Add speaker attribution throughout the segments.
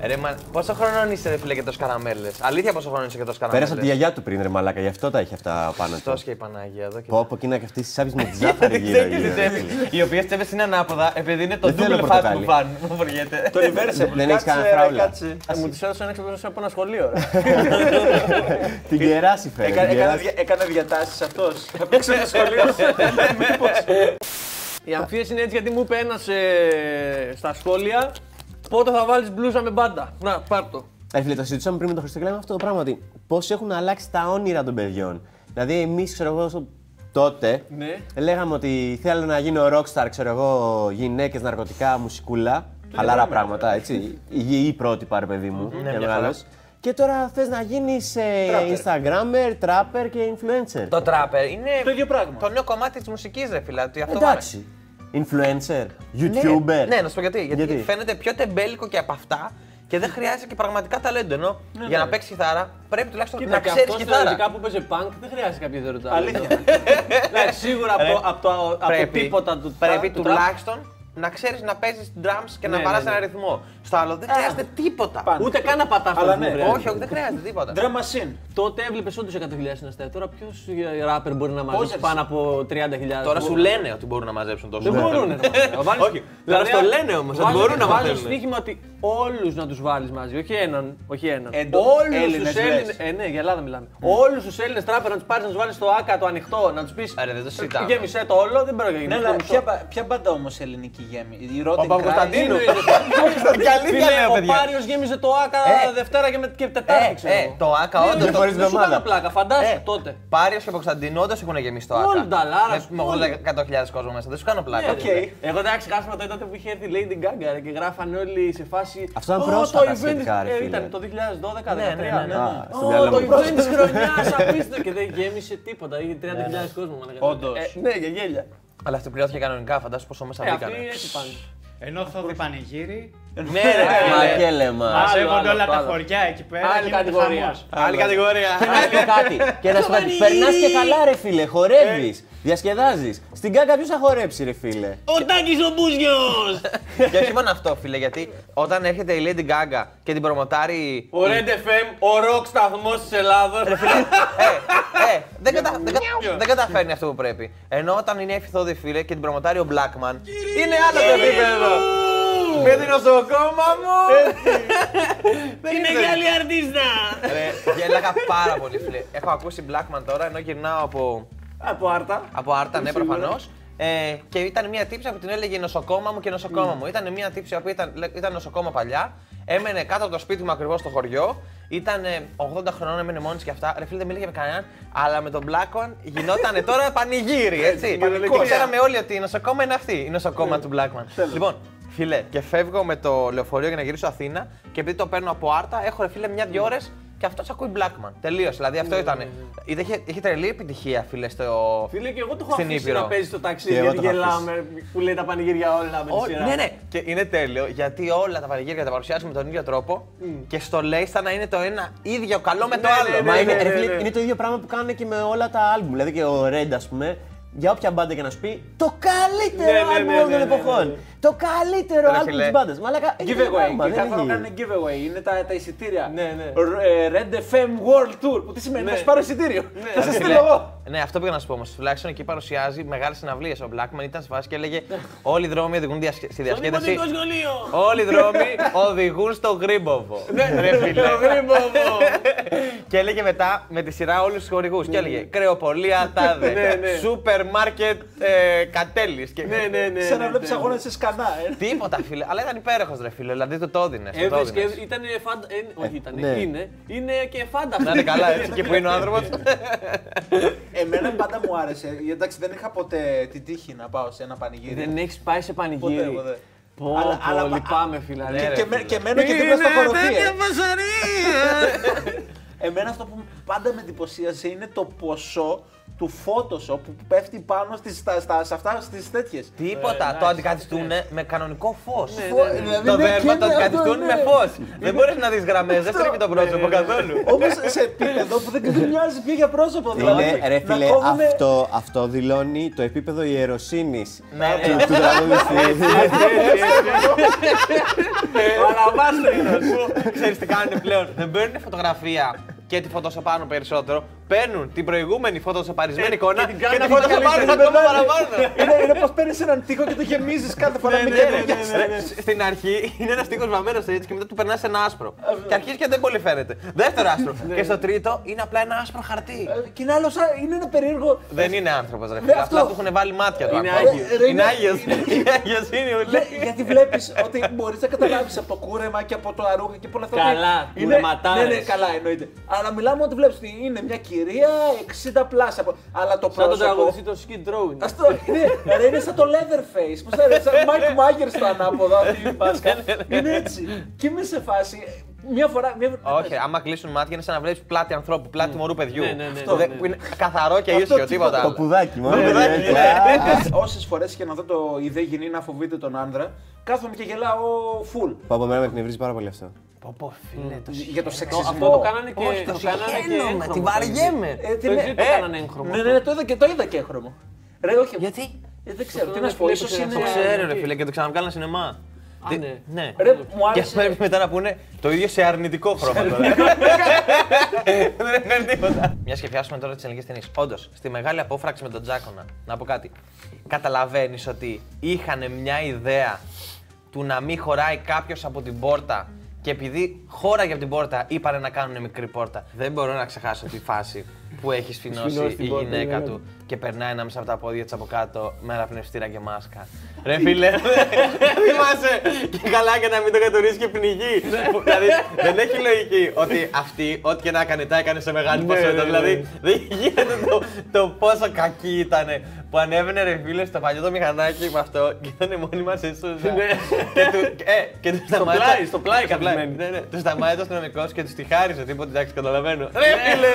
Speaker 1: Ε, Ρε, μα... Πόσο χρόνο είσαι, ρε φίλε, και τόσο καραμέλες. Αλήθεια, πόσο χρόνο είσαι και τόσο καραμέλες.
Speaker 2: Πέρασα τη γιαγιά του πριν, ρε Μαλάκα, γι' αυτό τα είχε αυτά πάνω
Speaker 1: Αυτό
Speaker 2: του.
Speaker 1: και η Παναγία εδώ. Και...
Speaker 2: Πω, πω, εκείνα και αυτή τη σάπη με τη ζάφαρη γύρω.
Speaker 3: Ξέρετε τι
Speaker 2: γύρω.
Speaker 3: τσέπη. Οι οποίε τσέπε είναι ανάποδα επειδή είναι το
Speaker 2: Δεν θέλω
Speaker 3: double fat που
Speaker 2: πορτοκάλι.
Speaker 3: πάνε. Μου βαριέται.
Speaker 4: Το reverse.
Speaker 2: Δεν έχεις κανένα φράουλα.
Speaker 4: Ε, Μου τη έδωσε ένα εξοπλισμό από ένα σχολείο. ρε.
Speaker 2: Την κεράσι φέρε.
Speaker 4: Έκα-
Speaker 2: την
Speaker 4: έκανα
Speaker 2: κεράσι.
Speaker 4: δια- Έκανε διατάσεις αυτός. Θα παίξω το σχολείο. Μήπως. Οι αμφίες είναι έτσι γιατί μου είπε ένα στα σχόλια πότε θα βάλεις μπλούζα με μπάντα. Να, πάρ' το.
Speaker 2: Ρε φίλε, το συζητούσαμε πριν με τον Χριστοκλέμα αυτό το πράγμα. Ότι πώς έχουν αλλάξει τα όνειρα των παιδιών. Δηλαδή, εμείς, ξέρω εγώ, στο- τότε
Speaker 4: Ναι.
Speaker 2: λέγαμε ότι θέλω να γίνω rockstar, ξέρω εγώ, γυναίκες, ναρκωτικά, μουσικούλα. Χαλάρα πράγματα, έτσι. Υγιή πρότυπα, ρε παιδί μου. και μεγάλος. Και τώρα θες να γίνεις Instagrammer, trapper και influencer.
Speaker 1: Ε, Το τράπερ είναι
Speaker 4: Το ίδιο πράγμα.
Speaker 1: το νέο κομμάτι της μουσικής, ρε φίλε.
Speaker 4: Ε,
Speaker 1: ότι αυτό
Speaker 2: Εντάξει.
Speaker 4: Ναι,
Speaker 2: Influencer,
Speaker 1: βάμε.
Speaker 2: YouTuber.
Speaker 1: Ναι, ναι, να σου πω γιατί. γιατί.
Speaker 2: Γιατί?
Speaker 1: φαίνεται πιο τεμπέλικο και από αυτά και δεν χρειάζεται και πραγματικά ταλέντο. Ενώ για να παίξεις κιθάρα πρέπει τουλάχιστον
Speaker 4: Ναι, Κοίτα,
Speaker 1: να
Speaker 4: και
Speaker 1: ξέρεις
Speaker 4: αυτός
Speaker 1: κιθάρα.
Speaker 4: θεωρητικά που παίζει πανκ δεν χρειάζεται κάποιο ιδιαίτερο ταλέντο. Εντάξει, σίγουρα από, από το, από το τίποτα του
Speaker 1: πρέπει
Speaker 4: του τραπ,
Speaker 1: τουλάχιστον να ξέρεις να παίζεις drums και να
Speaker 4: Ναι,
Speaker 1: βαράς
Speaker 4: ναι, Ε, ναι.
Speaker 1: ένα ρυθμό. Στο άλλο δεν χρειάζεται τίποτα.
Speaker 4: Ούτε καν να πατά
Speaker 3: Αλλά
Speaker 4: αυτό
Speaker 3: ναι.
Speaker 1: Όχι, όχι, δεν χρειάζεται τίποτα.
Speaker 4: Drum machine. Τότε έβλεπες όντως 100.000 συναστέ. Τώρα ποιος ράπερ μπορεί να μαζέψει
Speaker 1: Πόσες?
Speaker 4: πάνω από 30.000.
Speaker 1: Τώρα σου λένε ότι μπορούν να μαζέψουν τόσο.
Speaker 4: Δεν μπορούν να μαζέψουν.
Speaker 1: Όχι, τώρα στο λένε όμως, ότι μπορούν να
Speaker 4: Βάζω
Speaker 1: μαζέψουν.
Speaker 4: στοίχημα ότι όλους να τους βάλεις μαζί. Όχι έναν. Όχι έναν.
Speaker 3: Εντο-
Speaker 4: Όλους
Speaker 3: Έλληνες
Speaker 4: του
Speaker 3: λες.
Speaker 4: Έλληνε. Ε, ναι, για Ελλάδα μιλάμε. Όλους τους Έλληνες τράπερ να τους πάρεις να τους βάλεις στο άκα το ανοιχτό, να τους πεις.
Speaker 1: Ρε, δεν το συζητάμε.
Speaker 4: Γέμισε το όλο, δεν πρόκειται να γίνει.
Speaker 3: Ναι, αλλά
Speaker 4: Το μισό.
Speaker 3: ποια, μπα- ποια μπάντα όμως ελληνική γέμι. Η Rotten Cry-
Speaker 4: Παπακοσταντίνου.
Speaker 3: αλήθεια
Speaker 4: Φίλε,
Speaker 3: λέω,
Speaker 4: ο
Speaker 3: παιδιά.
Speaker 4: Πάριο γέμισε το άκα
Speaker 1: Ε.
Speaker 4: Δευτέρα και, με, και Τετάρτη.
Speaker 1: Ε,
Speaker 4: ξέρω
Speaker 1: ε,
Speaker 4: εγώ.
Speaker 1: το Άκα,
Speaker 4: Ναι,
Speaker 1: όντως,
Speaker 4: δεν- Ε.
Speaker 2: χωρίς
Speaker 4: δεν σου κάνω
Speaker 2: εβδομάδα.
Speaker 4: πλάκα, φαντάσου τότε.
Speaker 1: Πάριο και Κωνσταντινό όντω έχουν γεμίσει το άκα.
Speaker 4: Όλοι τα λάρας σου,
Speaker 1: Με
Speaker 4: όλοι.
Speaker 1: 80.000 κόσμο μέσα. Δεν σου κάνω πλάκα.
Speaker 4: Ναι, ρε. Εγώ δεν ξεχάσαμε τότε, τότε που είχε έρθει η Lady Gaga ρε, και γράφανε όλοι σε φάση.
Speaker 2: Αυτό ήταν
Speaker 4: «Ω,
Speaker 2: πρόσφατα
Speaker 4: το event
Speaker 2: σχετικά, ρε,
Speaker 4: της- ε,
Speaker 2: φίλε. ναι,
Speaker 4: Ήταν το 2012-2013.
Speaker 1: Ναι, ναι, ναι, ναι.
Speaker 2: Α, στο
Speaker 4: Ω,
Speaker 2: μυαλό
Speaker 4: το
Speaker 2: μου. Ναι,
Speaker 4: event της χρονιάς, απίστευτο και δεν γέμισε τίποτα. Είχε 30.000 κόσμο. μαλάκα.
Speaker 3: Όντως.
Speaker 4: Ε, Ναι, για γέλια.
Speaker 1: Αλλά αυτή πληρώθηκε κανονικά, φαντάσου πόσο μέσα
Speaker 4: Ε, Αυτοί
Speaker 1: μπήκανε.
Speaker 4: έτσι Ε, πάνε.
Speaker 5: Ενώ θα δει πανηγύρι,
Speaker 1: Ναι, ρε,
Speaker 2: Ε, Μα
Speaker 1: μαλακέ.
Speaker 2: και λέμα.
Speaker 5: μαζεύονται όλα
Speaker 4: άλλο,
Speaker 5: τα
Speaker 4: άλλο.
Speaker 5: χωριά εκεί πέρα.
Speaker 4: Άλλη
Speaker 5: γίνεται
Speaker 4: κατηγορία.
Speaker 5: χαμός.
Speaker 1: Άλλη κατηγορία.
Speaker 4: Ε,
Speaker 2: Να σου πω κάτι. Και να σου πω κάτι. Περνάς και καλά, ρε φίλε. Χορεύεις.
Speaker 4: Ε.
Speaker 2: Διασκεδάζεις. Στην κάκα ποιος θα χορέψει, ρε φίλε.
Speaker 4: Ο Τάκης ο Μπούζιος!
Speaker 1: Και όχι μόνο αυτό, φίλε, γιατί όταν έρχεται η Lady Gaga και την προμοτάρει.
Speaker 4: Ο Red FM, ο ροκ σταθμός της Ελλάδος.
Speaker 1: Ε, ε, δεν, κατα... δεν, κατα- δεν καταφέρνει αυτό που πρέπει. Ενώ όταν είναι έφηθόδη, φίλε, και την προμοτάρει ο Blackman. Είναι άλλο το επίπεδο. Με την νοσοκόμα μου!
Speaker 4: Είναι καλή αρτίστα!
Speaker 1: Ρε, γέλαγα πάρα πολύ, φίλε. Έχω ακούσει Blackman τώρα, ενώ γυρνάω από,
Speaker 4: Από Άρτα.
Speaker 1: από Άρτα, ναι, προφανώς. Ε, και ήταν μια τύψη που την έλεγε νοσοκόμα μου και νοσοκόμα μου. Ήταν μια τύψη που ήταν, λέ- ήταν νοσοκόμα παλιά. Έμενε κάτω από το σπίτι μου ακριβώς στο χωριό. Ήταν ε, 80 χρονών, έμενε μόνη της και αυτά. Ρε φίλε, δεν μίλησε με κανέναν. Αλλά με τον Blackman γινότανε τώρα πανηγύρι, έτσι. και ξέραμε όλοι ότι η νοσοκόμα είναι αυτή, η νοσοκόμα του Blackman. Λοιπόν, φίλε, και φεύγω με το λεωφορείο για να γυρίσω Αθήνα. Και επειδή το παίρνω από Άρτα, έχω ρε φίλε μια-δυο ώρες και αυτό ακούει Blackman. Τελείωσε. Δηλαδή αυτό ήταν. Είχε, είχε τρελή επιτυχία, φίλε, στο.
Speaker 4: Φίλε, και εγώ το έχω
Speaker 1: Στην
Speaker 4: αφήσει
Speaker 1: Ήπειρο.
Speaker 4: να παίζει στο ταξί
Speaker 2: Και εγώ
Speaker 4: γιατί
Speaker 2: το έχω
Speaker 4: γελάμε που λέει τα πανηγύρια όλα με τη
Speaker 1: Ό,
Speaker 4: σειρά.
Speaker 1: ναι, ναι. Και είναι τέλειο γιατί όλα τα πανηγύρια τα παρουσιάζουν με τον ίδιο τρόπο και στο λέει σαν να είναι το ένα ίδιο καλό με το
Speaker 4: Mm. Ναι,
Speaker 1: άλλο.
Speaker 4: ναι,
Speaker 2: Ε, Μα
Speaker 4: ναι,
Speaker 2: είναι,
Speaker 4: ναι,
Speaker 2: ρε
Speaker 4: ναι,
Speaker 2: φίλε,
Speaker 4: ναι.
Speaker 2: είναι το ίδιο πράγμα που κάνουν και με όλα τα άλμπουμ. Δηλαδή και ο Ρέντ, ας πούμε, για όποια μπάντα και να σου πει το
Speaker 4: Ναι,
Speaker 2: καλύτερο
Speaker 4: ναι, ναι,
Speaker 2: άλμπουμ όλων
Speaker 4: ναι,
Speaker 2: των
Speaker 4: ναι, ναι,
Speaker 2: εποχών. Το καλύτερο
Speaker 1: Ρε
Speaker 2: άλμπουμ
Speaker 1: φίλε.
Speaker 2: της μπάντας. Μαλάκα. είναι το ίδιο
Speaker 4: Giveaway.
Speaker 2: πράγμα,
Speaker 4: Και
Speaker 2: Ε, δεν
Speaker 4: κάθε φορά
Speaker 2: έχει.
Speaker 4: κάνουν giveaway. Είναι τα, τα εισιτήρια.
Speaker 2: Ναι, ναι.
Speaker 4: Ρ- ε, Red FM World Tour. Που τι σημαίνει,
Speaker 2: Ναι.
Speaker 4: να σου πάρω εισιτήριο. Θα σε
Speaker 1: Ρε
Speaker 4: στείλω
Speaker 1: φίλε,
Speaker 4: εγώ.
Speaker 1: Ναι, αυτό πήγα να σου πω όμως. Τουλάχιστον εκεί παρουσιάζει μεγάλες συναυλίες. Ο Blackman ήταν σε φάση και έλεγε Όλοι οι δρόμοι οδηγούν διασ- στη διασκέδαση.
Speaker 4: σχολείο.
Speaker 1: Όλοι οι δρόμοι οδηγούν στο Γρήμποβο.
Speaker 4: Ναι,
Speaker 1: Ρε φίλε.
Speaker 4: Το γρήγορο.
Speaker 1: Και έλεγε μετά με τη σειρά όλους τους χορηγούς. Και έλεγε Κρεοπολία
Speaker 4: Ναι,
Speaker 1: Τάδε.
Speaker 4: ναι.
Speaker 1: Σούπερ μάρκετ ε, Κατέλης. Και-
Speaker 4: Ναι, ναι, ναι.
Speaker 3: Σαν να βλέπει αγώνες σε σκανά. ε.
Speaker 1: Τίποτα, φίλε. Αλλά ήταν υπέροχος, ρε φίλε. Δηλαδή το το έδινες, το το
Speaker 4: Έβρις και
Speaker 1: έδινες.
Speaker 4: ήταν φάντα. ε, Όχι, ήταν.
Speaker 2: ναι.
Speaker 4: Είναι. Είναι και φάντα.
Speaker 1: Να είναι καλά, έτσι και που είναι ο άνθρωπος.
Speaker 3: Εμένα πάντα μου άρεσε. γιατί, Εντάξει, δεν είχα ποτέ την τύχη να πάω σε ένα πανηγύρι.
Speaker 4: Ε, Δεν έχεις πάει σε
Speaker 3: ποτέ,
Speaker 4: πανηγύρι.
Speaker 3: ποτέ.
Speaker 4: Πω,
Speaker 3: Αλλά- αλλά-
Speaker 4: πω, λυπάμαι φίλα.
Speaker 3: Και,
Speaker 4: ρε,
Speaker 3: και,
Speaker 4: ρε,
Speaker 3: με-
Speaker 4: φίλε.
Speaker 3: και μένω και
Speaker 4: ναι,
Speaker 3: δίπλα στο χοροφείο.
Speaker 1: φασαρία!
Speaker 3: Εμένα αυτό που πάντα με εντυπωσίασε είναι το ποσό του Photoshop που πέφτει πάνω στις, στα, στα, σε αυτά, στις τέτοιες.
Speaker 1: Τίποτα. Το αντικαθιστούν με κανονικό φως.
Speaker 3: Φω- δηλαδή,
Speaker 1: Το
Speaker 3: ναι,
Speaker 1: δέρμα
Speaker 3: και
Speaker 1: το
Speaker 3: είναι
Speaker 1: αντικαθιστούν με
Speaker 3: αυτό, ναι.
Speaker 1: φως. Δεν μπορείς να δεις γραμμές, δεν στρίβει το πρόσωπο καθόλου.
Speaker 3: Όμως σε επίπεδο που δεν ξεχνιάζει πια για πρόσωπο. δηλαδή,
Speaker 2: Είναι, ρε
Speaker 3: να
Speaker 2: φίλε,
Speaker 3: κόβουνε-
Speaker 2: αυτό, αυτό δηλώνει το επίπεδο ιεροσύνης
Speaker 1: Ναι, ναι.
Speaker 2: του, του τραγουδιστή.
Speaker 1: Ε, Ξέρεις τι κάνουν πλέον. Δεν παίρνουν φωτογραφία και τη φωτοσοπάνουν περισσότερο. Παίρνουν την προηγούμενη φωτοσοπαρισμένη εικόνα και
Speaker 4: Ε, την κάνουν
Speaker 1: τη
Speaker 4: ακόμα
Speaker 1: φωτοσοπάνουν
Speaker 4: καλύτερη. Ε,
Speaker 1: ακόμα παραπάνω. Ναι,
Speaker 3: Είναι, είναι πως παίρνεις έναν τείχο και το γεμίζεις κάθε
Speaker 4: Ε, Ναι,
Speaker 3: φορά με καινούργιες.
Speaker 1: Ρε, Στην αρχή είναι ένας τείχο βαμμένο στο έτσι και μετά του περνάς ένα άσπρο.
Speaker 4: Ε,
Speaker 1: Και αρχίζει και δεν κολληφαίνεται. Δεύτερο άσπρο.
Speaker 4: Ναι.
Speaker 1: Και στο τρίτο είναι απλά ένα άσπρο χαρτί.
Speaker 3: Ε, Και είναι άλλο, σαν- είναι ένα περίεργο.
Speaker 1: Δεν είναι άνθρωπος, ρε φίλε.
Speaker 3: αυτό.
Speaker 1: Απλά τους έχουν βάλει μάτια του.
Speaker 4: Ε, ναι, Είναι
Speaker 1: ακόμα.
Speaker 4: άγιος.
Speaker 3: Ρε,
Speaker 1: Είναι
Speaker 3: είναι-
Speaker 1: άγιος. Είναι άγιος, είναι ο
Speaker 3: Ναι, γιατί βλέπεις ότι μπορείς να καταλάβεις από το κούρεμα και από το αρούχα και από όλα αυτά.
Speaker 4: Καλά,
Speaker 3: Είναι-
Speaker 4: κουρεματάρες.
Speaker 3: Ναι, ναι, καλά, εννοείται. Αλλά μιλάμε ότι βλέπεις ότι είναι μια κυρία 60 πλάσια. από- Αλλά το
Speaker 4: Σαν τον
Speaker 3: πρόσωπο.
Speaker 4: τραγουδιστή το Skid Row είναι.
Speaker 3: Αυτό είναι, ρε, είναι σαν το Leatherface. Πώς θα είναι, σαν Mike Myers το ανάποδο αυτή η μάσκα.
Speaker 4: Ναι,
Speaker 3: είναι έτσι. Και είμαι σε φάση. Μια φορά. Μια...
Speaker 1: Όχι, άμα κλείσουν μάτια είναι σαν να βλέπεις πλάτη ανθρώπου, πλάτη μωρού παιδιού.
Speaker 4: Ναι, ναι, ναι.
Speaker 1: Αυτό, δε- που είναι καθαρό και ίσιο, τίποτα.
Speaker 2: Το
Speaker 1: άλλο.
Speaker 2: πουδάκι μόνο.
Speaker 1: πουδάκι,
Speaker 2: έτσι,
Speaker 1: ναι.
Speaker 2: α.
Speaker 3: Όσες φορές και να δω το ιδέα γίνει να φοβείται τον άνδρα, κάθομαι και γελάω full.
Speaker 2: Που από μένα με εκνευρίζει πάρα πολύ αυτό.
Speaker 1: Πω, πω, φίλε, το
Speaker 3: Για το
Speaker 4: Ε, Το-
Speaker 3: σεξισμό.
Speaker 4: Αυτό το κάνανε και.
Speaker 1: Όχι, το
Speaker 4: το κάνανε και
Speaker 1: συγχαίρομαι,
Speaker 4: έγχρωμο
Speaker 1: τη
Speaker 4: το
Speaker 1: βαριέμαι.
Speaker 3: Ε, τι
Speaker 4: Το
Speaker 3: ναι,
Speaker 4: Ιζή το
Speaker 3: ε,
Speaker 4: έκαναν έγχρωμο.
Speaker 3: Ναι, ναι, ναι, το είδα και, το είδα και έγχρωμο. Ρε, όχι.
Speaker 1: Γιατί?
Speaker 3: Ε, δεν ξέρω, τι
Speaker 4: είναι
Speaker 3: να σου πω,
Speaker 4: φιλίπ,
Speaker 3: ίσως
Speaker 4: το
Speaker 3: είναι...
Speaker 1: Το ξέρω, ρε
Speaker 4: τι?
Speaker 1: φίλε, και το ξαναβγάλανε σινεμά.
Speaker 4: Α,
Speaker 1: Τι-
Speaker 4: ναι.
Speaker 1: Ναι.
Speaker 3: Ρε, μου
Speaker 1: Και
Speaker 3: άρεσε...
Speaker 1: πρέπει μετά να πούνε το ίδιο σε αρνητικό χρώμα. τώρα. Δεν είναι τίποτα. Μια και πιάσουμε τώρα τις ελληνικές ταινίες. Όντως, στη μεγάλη απόφραξη με τον Τζάκονα, να πω κάτι. Καταλαβαίνεις ότι είχαν μια ιδέα του να μην χωράει κάποιος από την πόρτα και επειδή χώραγε από την πόρτα, είπανε να κάνουν μικρή πόρτα. Δεν μπορώ να ξεχάσω τη φάση που έχει σφινώσει η γυναίκα του και περνάει ανάμεσα από τα πόδια της από κάτω με ένα πνευστήρα και μάσκα. Ρε φίλε, θυμάσαι και καλά και να μην το κατουρίσει και πνιγεί. δηλαδή δεν έχει λογική ότι αυτή, ό,τι και να κάνει, τα έκανε σε μεγάλη ποσότητα. δηλαδή δεν γίνεται το, το πόσο κακή ήταν που ανέβαινε ρε φίλε στο παλιό το μηχανάκι με αυτό και ήταν μόνοι μας ίσως. και του, ε, και του σταμάτησε.
Speaker 4: πλάι, στο πλάι
Speaker 1: Στο
Speaker 4: καθισμένοι.
Speaker 1: Ναι, ναι. Του σταμάτησε ο αστυνομικός και τους τη χάρισε. Τίποτα, εντάξει, καταλαβαίνω.
Speaker 4: Ναι.
Speaker 1: Ρε φίλε,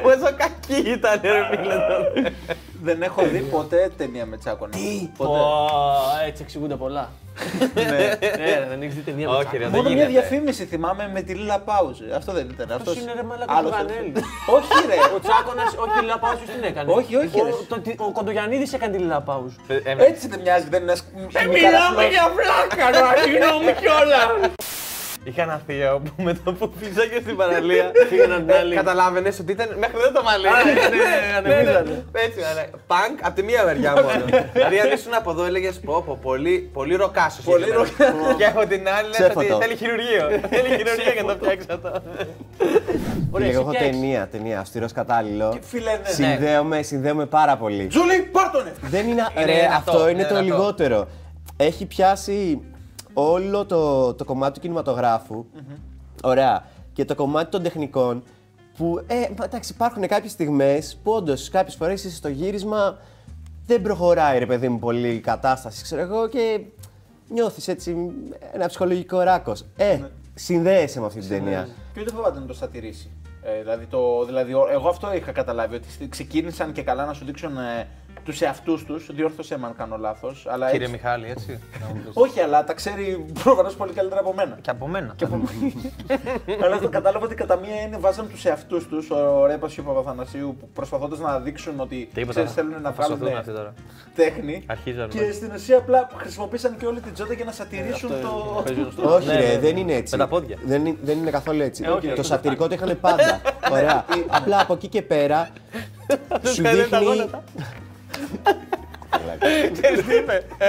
Speaker 1: πόσο κακή ήταν, ρε φίλε.
Speaker 4: Ναι,
Speaker 1: τότε.
Speaker 3: Δεν έχω δει ποτέ ταινία με τσάκωνα. Τι! Ποτέ.
Speaker 4: Πω, έτσι εξηγούνται πολλά. Ναι, ρε, δεν έχεις δει ταινία με
Speaker 1: Όχι,
Speaker 4: τσάκο.
Speaker 1: ρε, δεν
Speaker 3: Μόνο μια
Speaker 1: γίνεται.
Speaker 3: διαφήμιση θυμάμαι με τη Λίλα Πάουζ. Αυτό δεν ήταν.
Speaker 4: Αυτός
Speaker 3: Αυτός
Speaker 4: είναι, ρε, μαλάκα,
Speaker 3: Άλλος
Speaker 4: του
Speaker 3: αυτός.
Speaker 4: Βανέλη.
Speaker 3: Όχι
Speaker 4: Ο
Speaker 3: ρε.
Speaker 4: Τσάκονας, όχι, η Λαπάουζ την έκανε.
Speaker 3: Όχι, όχι,
Speaker 4: Ο,
Speaker 3: ρε.
Speaker 4: το, τι- ο Κοντογιαννίδης έκανε τη Λαπάουζ.
Speaker 1: Ε,
Speaker 3: Έτσι δεν μοιάζει, δεν είναι ένας
Speaker 4: Μιλάμε για φλάκα, ρε, συγγνώμη κιόλας.
Speaker 1: Είχα ένα θείο που με το που πήγα στην παραλία.
Speaker 4: Πήγαιναν την άλλη.
Speaker 1: Καταλάβαινες ότι ήταν μέχρι εδώ το μαλλί.
Speaker 4: ναι, ναι, ναι, ανεβίζανε.
Speaker 1: Έτσι, αλλά Πανκ από τη μία μεριά μόνο.
Speaker 4: ναι.
Speaker 1: Δηλαδή, αν ήσουν από εδώ, έλεγες πω, πω, πολύ, πολύ ροκάσο.
Speaker 3: Πολύ
Speaker 1: Και από την άλλη, λες
Speaker 2: Ψέφωτο.
Speaker 1: ότι θέλει χειρουργείο. Θέλει χειρουργείο για να το φτιάξει αυτό.
Speaker 4: Ωραία,
Speaker 2: Εγώ
Speaker 4: εσύ
Speaker 2: έχω
Speaker 4: τι έχεις?
Speaker 2: ταινία, ταινία, αυστηρός κατάλληλο.
Speaker 3: Φίλε, ναι.
Speaker 2: Συνδέομαι, συνδέομαι πάρα πολύ.
Speaker 3: Τζούλη, πάρτονε!
Speaker 2: Δεν είναι.
Speaker 1: Είναι
Speaker 2: ρε,
Speaker 1: δυνατό,
Speaker 2: αυτό είναι
Speaker 1: είναι
Speaker 2: το
Speaker 1: δυνατό.
Speaker 2: λιγότερο. Έχει πιάσει όλο το, το κομμάτι του κινηματογραφου Ωραία. Και το κομμάτι των τεχνικών. Που ε, μα, εντάξει, υπάρχουν κάποιες στιγμές που όντως κάποιες φορές είσαι στο γύρισμα. Δεν προχωράει ρε παιδί μου πολύ η κατάσταση, ξέρω εγώ, και νιώθεις έτσι ένα ψυχολογικό ράκος. Ε, συνδέεσαι με αυτή την ταινία.
Speaker 3: Και ούτε φοβάται να το σατυρήσει. Ε, δηλαδή, το, δηλαδή, ο- εγώ αυτό είχα καταλάβει. Ότι στη- ξεκίνησαν και καλά να σου δείξουν ε, τους εαυτούς τους. Διόρθωσε με αν κάνω λάθος.
Speaker 1: Κύριε Μιχάλη, έτσι. να μου πεις.
Speaker 3: Όχι, αλλά τα ξέρει προφανώς πολύ καλύτερα από μένα.
Speaker 1: Και από μένα.
Speaker 3: Και από μένα. Αλλά το κατάλαβα ότι κατά μία είναι βάζαν τους εαυτούς τους, ο Ρέπας και ο Παπαθανασίου, προσπαθώντας να δείξουν ότι
Speaker 1: Τίποτα.
Speaker 3: ξέρεις, θέλουν να
Speaker 1: Θα σωθούν
Speaker 3: βγάλουν ε,
Speaker 1: αυτοί τώρα.
Speaker 3: τέχνη.
Speaker 1: Αρχίζουν, ναι.
Speaker 3: Και στην ουσία απλά χρησιμοποίησαν και όλη την τζότα για να σατυρήσουν το.
Speaker 2: Όχι,
Speaker 1: Ναι, ναι,
Speaker 2: ρε,
Speaker 1: ναι.
Speaker 2: δεν είναι έτσι.
Speaker 1: Με τα πόδια.
Speaker 2: Δεν, είναι- δεν είναι καθόλου έτσι.
Speaker 4: Ε, όχι,
Speaker 2: το
Speaker 4: αυτό
Speaker 2: σατυρικό το είχαν πάντα. Ωραία. Ε, Απλά από εκεί και πέρα. σου δείχνει.
Speaker 1: Ξέρεις τι είπε. ε?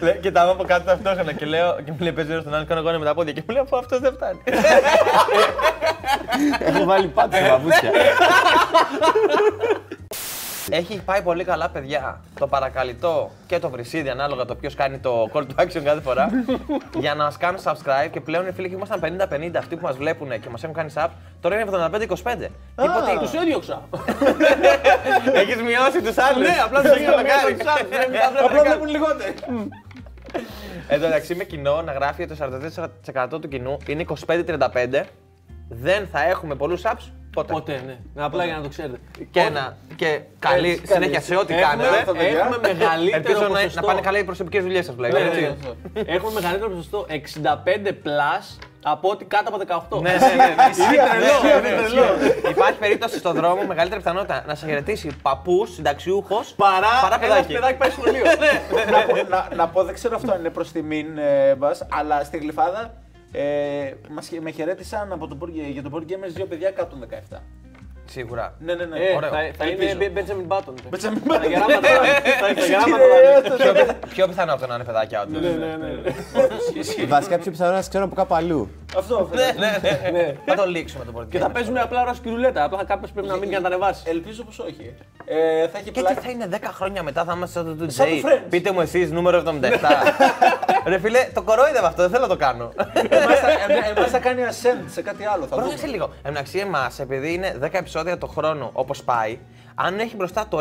Speaker 1: Λέει, Κοιτάω από κάτω ταυτόχρονα και λέω και μου λέει παίζει ο ένας τον άλλο κάνω αγώνα με τα πόδια και μου λέει αφού αυτός δεν φτάνει.
Speaker 2: Έχω βάλει πάντα
Speaker 1: Ε,
Speaker 2: στα παπούτσια.
Speaker 1: ναι. Έχει πάει πολύ καλά, παιδιά. Το παρακαλυτό και το βρυσίδι, ανάλογα το ποιος κάνει το call to action κάθε φορά. για να μας κάνουν subscribe και πλέον οι φίλοι και ήμασταν 50-50 αυτοί που μας βλέπουν και μας έχουν κάνει sub. Τώρα είναι 75-25. Τίποτα.
Speaker 4: Του Ναι, έδιωξα.
Speaker 1: Έχεις μειώσει τους άλλους. Ναι, απλά
Speaker 4: τους έχεις μειώσει τους άλλους. Ναι,
Speaker 1: Απλά
Speaker 3: Βλέπουν λιγότερο.
Speaker 1: Εν τω μεταξύ, με κοινό να γράφει ότι το 44% του κοινού είναι 25-35. Δεν θα έχουμε πολλούς subs Ποτέ.
Speaker 4: Ποτέ, ναι. Απλά για να το ξέρετε.
Speaker 1: Και, ένα, και καλή
Speaker 4: Έτσι,
Speaker 1: συνέχεια σε ό,τι κάνετε.
Speaker 3: τα
Speaker 4: Έχουμε,
Speaker 3: παιδιά.
Speaker 4: έχουμε μεγαλύτερο
Speaker 1: Ελπίζω να,
Speaker 4: ποσοστό.
Speaker 1: να πάνε καλά οι προσωπικές δουλειές σας,
Speaker 4: Ναι,
Speaker 1: δηλαδή.
Speaker 4: ναι,
Speaker 1: έτσι.
Speaker 4: ναι. Έχουμε μεγαλύτερο ποσοστό 65 plus από ότι κάτω από 18.
Speaker 1: Ναι, ναι, ναι. ναι.
Speaker 4: τρελό, είναι τρελό.
Speaker 1: Υπάρχει περίπτωση στον δρόμο, μεγαλύτερη πιθανότητα να σε χαιρετήσει παππούς, συνταξιούχος,
Speaker 4: Παρά,
Speaker 1: παρά
Speaker 4: ένας
Speaker 1: παιδάκι.
Speaker 4: παιδάκι πάει στο σχολείο.
Speaker 3: να, πω, να, να πω, δεν ξέρω αυτό αν είναι προς τιμήν ε, μας, αλλά στη γλυφάδα ε, μας, χε- με χαιρέτησαν από το Board Game- για το Board Gamers δύο παιδιά κάτω των 17.
Speaker 1: Σίγουρα.
Speaker 3: Ναι, ναι, ναι.
Speaker 4: Ε,
Speaker 1: Ωραίο.
Speaker 4: θα- Θα είναι
Speaker 3: Ελπίζω.
Speaker 4: Benjamin Button.
Speaker 3: Benjamin Button.
Speaker 4: Τα γεράματα- τα- τα γεράματα θα είναι.
Speaker 3: Κύριε,
Speaker 1: Πιο πιθανό από το να είναι παιδάκια, όντως.
Speaker 2: Βασικά πιο πιθανό να σε ξέρω από κάπου αλλού.
Speaker 3: Αυτό.
Speaker 1: Ναι, ναι, Θα το λήξουμε το πορτοκάλι.
Speaker 4: Και θα παίζουν απλά ρόσκι ρουλέτα. Απλά κάποιος πρέπει να μείνει και να τα ανεβάσει.
Speaker 3: Ελπίζω πως όχι. Ε, θα έχει
Speaker 1: Και έτσι
Speaker 3: πλάκα.
Speaker 1: θα είναι 10 χρόνια μετά, θα είμαστε σαν το
Speaker 3: Σαν το
Speaker 1: DJ.
Speaker 3: Friends.
Speaker 1: Πείτε μου εσείς νούμερο 77. Ρε φίλε, το κορόιδευα αυτό, δεν θέλω να το κάνω.
Speaker 3: Εμάς θα- εμέ- Εμάς Ε, θα κάνει ascend σε κάτι άλλο. Θα
Speaker 1: Πρόσεξε
Speaker 3: δούμε.
Speaker 1: λίγο. Εν μεταξύ εμάς, επειδή είναι 10 επεισόδια το χρόνο όπως πάει, αν έχει μπροστά το 1,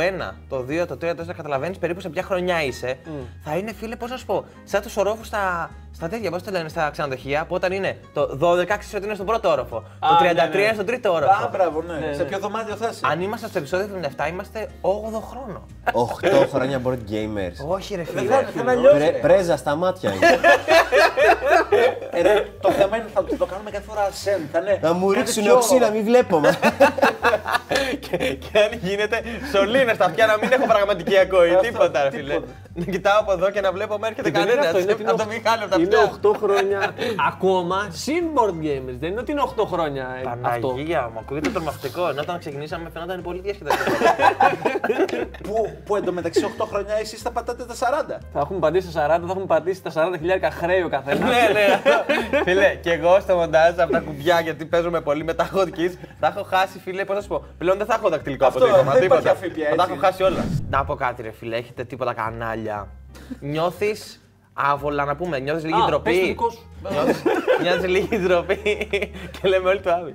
Speaker 1: το 2, το 3, το 4, καταλαβαίνεις περίπου σε ποια χρονιά είσαι, θα είναι φίλε, πώς να σου πω, σαν τους ορόφους στα, στα τέτοια, πώς το λένε, στα ξενοδοχεία, που όταν είναι το 12, ξέρεις ότι είναι στον πρώτο όροφο.
Speaker 3: ναι,
Speaker 1: το 33 είναι στον τρίτο όροφο.
Speaker 3: Α, μπράβο, ναι. Σε ποιο δωμάτιο θα είσαι.
Speaker 1: Αν είμαστε στο επεισόδιο 77, είμαστε 8ο χρόνο. Ε.
Speaker 2: 8 χρόνια board gamers.
Speaker 1: Όχι, ρε
Speaker 3: Δεν
Speaker 1: φίλε.
Speaker 3: θα είναι, θα είναι
Speaker 1: Ε,
Speaker 3: αλλιώς,
Speaker 2: Πρέ-
Speaker 3: ρε.
Speaker 2: Πρέζα στα μάτια είναι.
Speaker 3: Ε, ρε, Το θέμα είναι θα το κάνουμε κάθε φορά ascend. θα είναι
Speaker 2: Να μου
Speaker 1: ε,
Speaker 3: κάτι
Speaker 2: ρίξουν
Speaker 3: πιο-
Speaker 2: οξύ να μην βλέπω.
Speaker 1: και, και αν γίνεται, σωλήνες τα πια να μην έχω πραγματική ακοή.
Speaker 3: Αυτό,
Speaker 1: τίποτα, ρε φίλε.
Speaker 3: τίποτα.
Speaker 1: Να κοιτάω από εδώ και να βλέπω με έρχεται
Speaker 4: Δεν είναι
Speaker 1: κανένας.
Speaker 4: αυτό, είναι ότι είναι
Speaker 1: Από το
Speaker 4: οχ-
Speaker 1: Μιχάλη, από τα
Speaker 4: Είναι
Speaker 1: αυτιά.
Speaker 4: 8 χρόνια ακόμα συν board gamers. Δεν είναι ότι είναι 8 χρόνια ε, αυτό.
Speaker 1: Παναγία μου, ακούγεται τρομακτικό. Ενώ όταν ξεκινήσαμε φαινόταν πολύ διασκεδαστικό.
Speaker 3: Που, που εντωμεταξύ 8 χρονιά εσείς θα πατάτε τα 40.
Speaker 4: Θα έχουμε πατήσει τα 40, θα έχουμε πατήσει τα 40 χιλιάρικα χρέη ο καθένας.
Speaker 1: ναι, ναι. αυτό. φίλε, και εγώ στο μοντάζ από τα κουμπιά, γιατί παίζουμε πολύ με τα hotkeys, θα έχω χάσει, φίλε, πώς να σου πω. Πλέον δεν θα έχω δακτυλικό
Speaker 3: Αυτό,
Speaker 1: αποτύπωμα.
Speaker 3: δεν
Speaker 1: τίποτα.
Speaker 3: υπάρχει αφήπεια,
Speaker 1: Θα τα
Speaker 3: έτσι
Speaker 1: έχω
Speaker 3: είναι.
Speaker 1: χάσει όλα. Να πω κάτι, ρε φίλε, έχετε τίποτα κανάλια. Νιώθεις άβολα να πούμε, νιώθεις λίγη
Speaker 4: Α,
Speaker 1: ντροπή.
Speaker 4: πες το δικό σου.
Speaker 1: Μοιάζει λίγη ντροπή και λέμε όλοι το άδειο.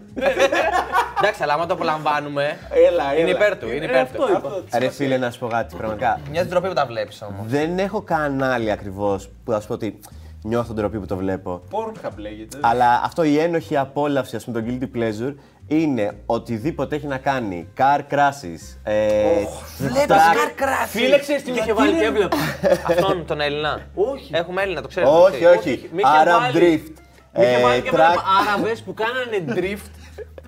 Speaker 1: Εντάξει, αλλά άμα το απολαμβάνουμε.
Speaker 3: Έλα, έλα.
Speaker 1: Είναι υπέρ του, είναι
Speaker 4: Ε,
Speaker 1: υπέρ
Speaker 4: αυτό
Speaker 1: του.
Speaker 4: είναι.
Speaker 3: Αυτό της
Speaker 2: Ρε φίλε, να σου πω κάτι πραγματικά.
Speaker 1: Μοιάζει ντροπή που τα βλέπεις όμως.
Speaker 2: Δεν έχω κανάλι ακριβώς που θα σου πω ότι νιώθω ντροπή που το βλέπω.
Speaker 3: Pornhub λέγεται.
Speaker 2: Αλλά αυτό η ένοχη απόλαυση, ας πούμε, το guilty pleasure, είναι otidήποτε έχει να κάνει. Car crashes. Ε,
Speaker 1: Βλέπει
Speaker 2: track-
Speaker 1: καρκράσι.
Speaker 4: Φίλε, ξέρει τι μου είχε βάλει και έβλεπα.
Speaker 1: Αυτόν τον Έλληνα.
Speaker 4: Όχι.
Speaker 1: Έχουμε Έλληνα, το ξέρετε.
Speaker 2: Όχι,
Speaker 4: όχι,
Speaker 2: όχι.
Speaker 4: με είχε
Speaker 2: Arab
Speaker 4: βάλει.
Speaker 2: drift.
Speaker 4: Μου είχε
Speaker 2: ε,
Speaker 4: βάλει και
Speaker 2: track-
Speaker 4: Άραβε που κάνανε drift.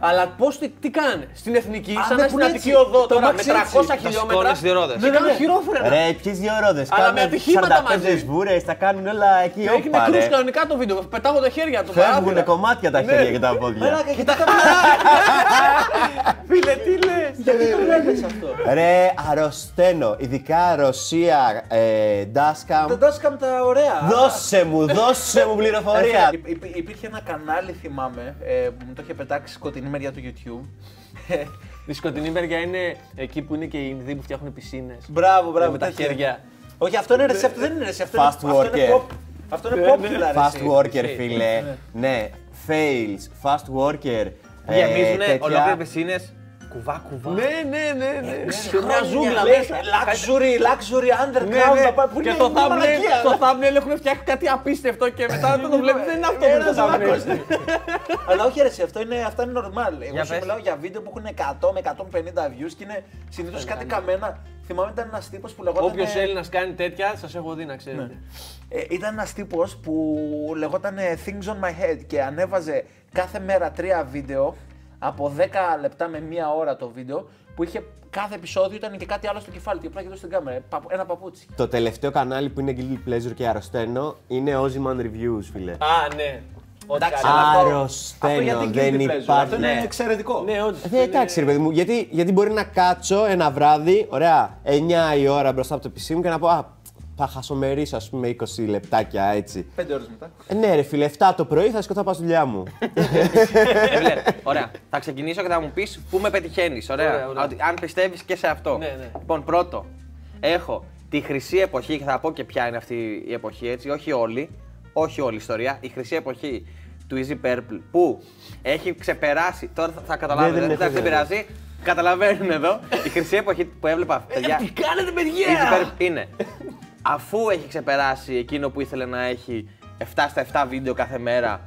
Speaker 4: αλλά πώς τι, τι κάνανε. Στην εθνική, σαν
Speaker 3: ναι,
Speaker 4: να στην
Speaker 3: που είναι
Speaker 4: Αττική
Speaker 3: έτσι.
Speaker 4: οδό
Speaker 3: Το
Speaker 4: τώρα με
Speaker 3: αμάξι έτσι.
Speaker 4: 300
Speaker 3: Τα
Speaker 4: χιλιόμετρα.
Speaker 1: σηκώνεις σιδηρόδες.
Speaker 4: Δεν κάνουν χειρόφρενα.
Speaker 2: Ρε, ποιες δύο ρόδες.
Speaker 4: Αλλά με ατυχήματα μαζί.
Speaker 2: βούρε, τα κάνουν όλα εκεί.
Speaker 4: Έχει
Speaker 2: όπα, ρε.
Speaker 4: νεκρού κανονικά το βίντεο. Πετάγω τα χέρια του.
Speaker 2: Φεύγουν κομμάτια τα χέρια και
Speaker 4: Ναι,
Speaker 2: τα πόδια.
Speaker 4: Φίλε, τι λες.
Speaker 2: Ρε, αρρωσταίνω. Ειδικά Ρωσία, ε,
Speaker 3: Τα
Speaker 2: Dashcam.
Speaker 3: dashcam τα ωραία.
Speaker 2: Δώσε μου, δώσε μου πληροφορία.
Speaker 3: Υπ- υπ- υπήρχε ένα κανάλι, θυμάμαι, ε, που μου το είχε πετάξει σκοτεινή μεριά του YouTube.
Speaker 4: Η σκοτεινή μεριά είναι εκεί που είναι και οι Ινδοί που φτιάχνουν πισίνες.
Speaker 3: Μπράβο, μπράβο.
Speaker 4: Με τα
Speaker 3: τέτοια.
Speaker 4: χέρια.
Speaker 3: Όχι, αυτό είναι ρεσί, αυτό δεν είναι ρεσί. Αυτό είναι-
Speaker 2: Fast
Speaker 3: αυτό είναι
Speaker 2: worker.
Speaker 3: pop. Αυτό είναι pop, δηλαδή.
Speaker 2: Fast worker, φίλε. Ναι, fails, fast worker. ε,
Speaker 1: Γεμίζουνε
Speaker 2: τέτοια.
Speaker 1: ολόκληρε πισίνες κουβά κουβά.
Speaker 4: Ναι, ναι, ναι. ναι.
Speaker 3: Μια
Speaker 4: Μια ζούγκλα
Speaker 3: λέει,
Speaker 4: μέσα.
Speaker 3: Luxury, luxury,
Speaker 4: Ναι,
Speaker 3: underground.
Speaker 4: ναι.
Speaker 3: να πάει- που
Speaker 4: Και
Speaker 3: είναι
Speaker 4: το
Speaker 3: η
Speaker 4: thumbnail,
Speaker 3: μαλακία.
Speaker 4: το thumbnail έχουν φτιάξει κάτι απίστευτο και μετά όταν το βλέπεις δεν είναι αυτό που
Speaker 3: Ένας
Speaker 4: είναι το
Speaker 3: μάκος.
Speaker 4: thumbnail.
Speaker 3: Αλλά όχι ρε, αυτό είναι, αυτά είναι normal. Εγώ
Speaker 1: Για
Speaker 3: σου
Speaker 1: πες.
Speaker 3: μιλάω για βίντεο που έχουν 100 με 150 views και είναι συνήθως κάτι καμένα. Θυμάμαι ήταν ένας τύπος που λεγόταν.
Speaker 4: Όποιος Έλληνας κάνει τέτοια, σας έχω δει να ξέρετε.
Speaker 3: Ε, ήταν ένας τύπος που λεγόταν ε, Things on my head και ανέβαζε κάθε μέρα τρία βίντεο από 10 λεπτά με μία ώρα το βίντεο που είχε κάθε επεισόδιο ήταν και κάτι άλλο στο κεφάλι και απλά κοιτούσε στην κάμερα. ε, παπου- Ένα παπούτσι.
Speaker 2: Το τελευταίο κανάλι που είναι Guilty Pleasure και αρρωσταίνω είναι Oziman Reviews, φίλε.
Speaker 4: Α, ναι.
Speaker 3: Εντάξει,
Speaker 2: κάνει.
Speaker 3: αλλά αυτό-
Speaker 2: Αρρωσταίνω,
Speaker 3: αυτό γιατί
Speaker 2: δεν
Speaker 3: guilty pleasure,
Speaker 2: υπάρχει.
Speaker 3: Αυτό είναι
Speaker 2: Ναι.
Speaker 3: εξαιρετικό.
Speaker 4: Ναι, όντως.
Speaker 2: Ε, εντάξει, ρε παιδί μου, γιατί, γιατί μπορεί να κάτσω ένα βράδυ, ωραία, 9 η ώρα μπροστά από το PC μου και να πω Α, θα χασομερίσω, ας πούμε, 20 λεπτάκια έτσι.
Speaker 3: Πέντε ώρες μετά.
Speaker 2: Ε, ναι, ρε φίλε, 7 το πρωί θα σκοτώ πάω στη δουλειά μου.
Speaker 1: Ρε, Ωραία. Θα ξεκινήσω και θα μου πεις πού με πετυχαίνεις. Ωραία.
Speaker 4: Ωραία, ωραία.
Speaker 1: Ότι- Αν πιστεύεις και σε αυτό.
Speaker 4: Ναι, ναι.
Speaker 1: Λοιπόν, πρώτο. Έχω τη χρυσή εποχή και θα πω και ποια είναι αυτή η εποχή έτσι. Όχι όλη. Όχι όλη η ιστορία. Η χρυσή εποχή του Easy Purple που έχει ξεπεράσει. Τώρα θα, θα καταλάβετε.
Speaker 2: δεν
Speaker 1: Δεν,
Speaker 2: έχω
Speaker 1: εντάξει, δεν
Speaker 2: ιδέα.
Speaker 1: πειράζει. Καταλαβαίνουν εδώ. Η χρυσή εποχή που έβλεπα. Παιδιά,
Speaker 4: Τι κάνετε,
Speaker 1: Easy
Speaker 4: παιδιά!
Speaker 1: Purple είναι. Αφού έχει ξεπεράσει εκείνο που ήθελε να έχει 7 στα 7 βίντεο κάθε μέρα,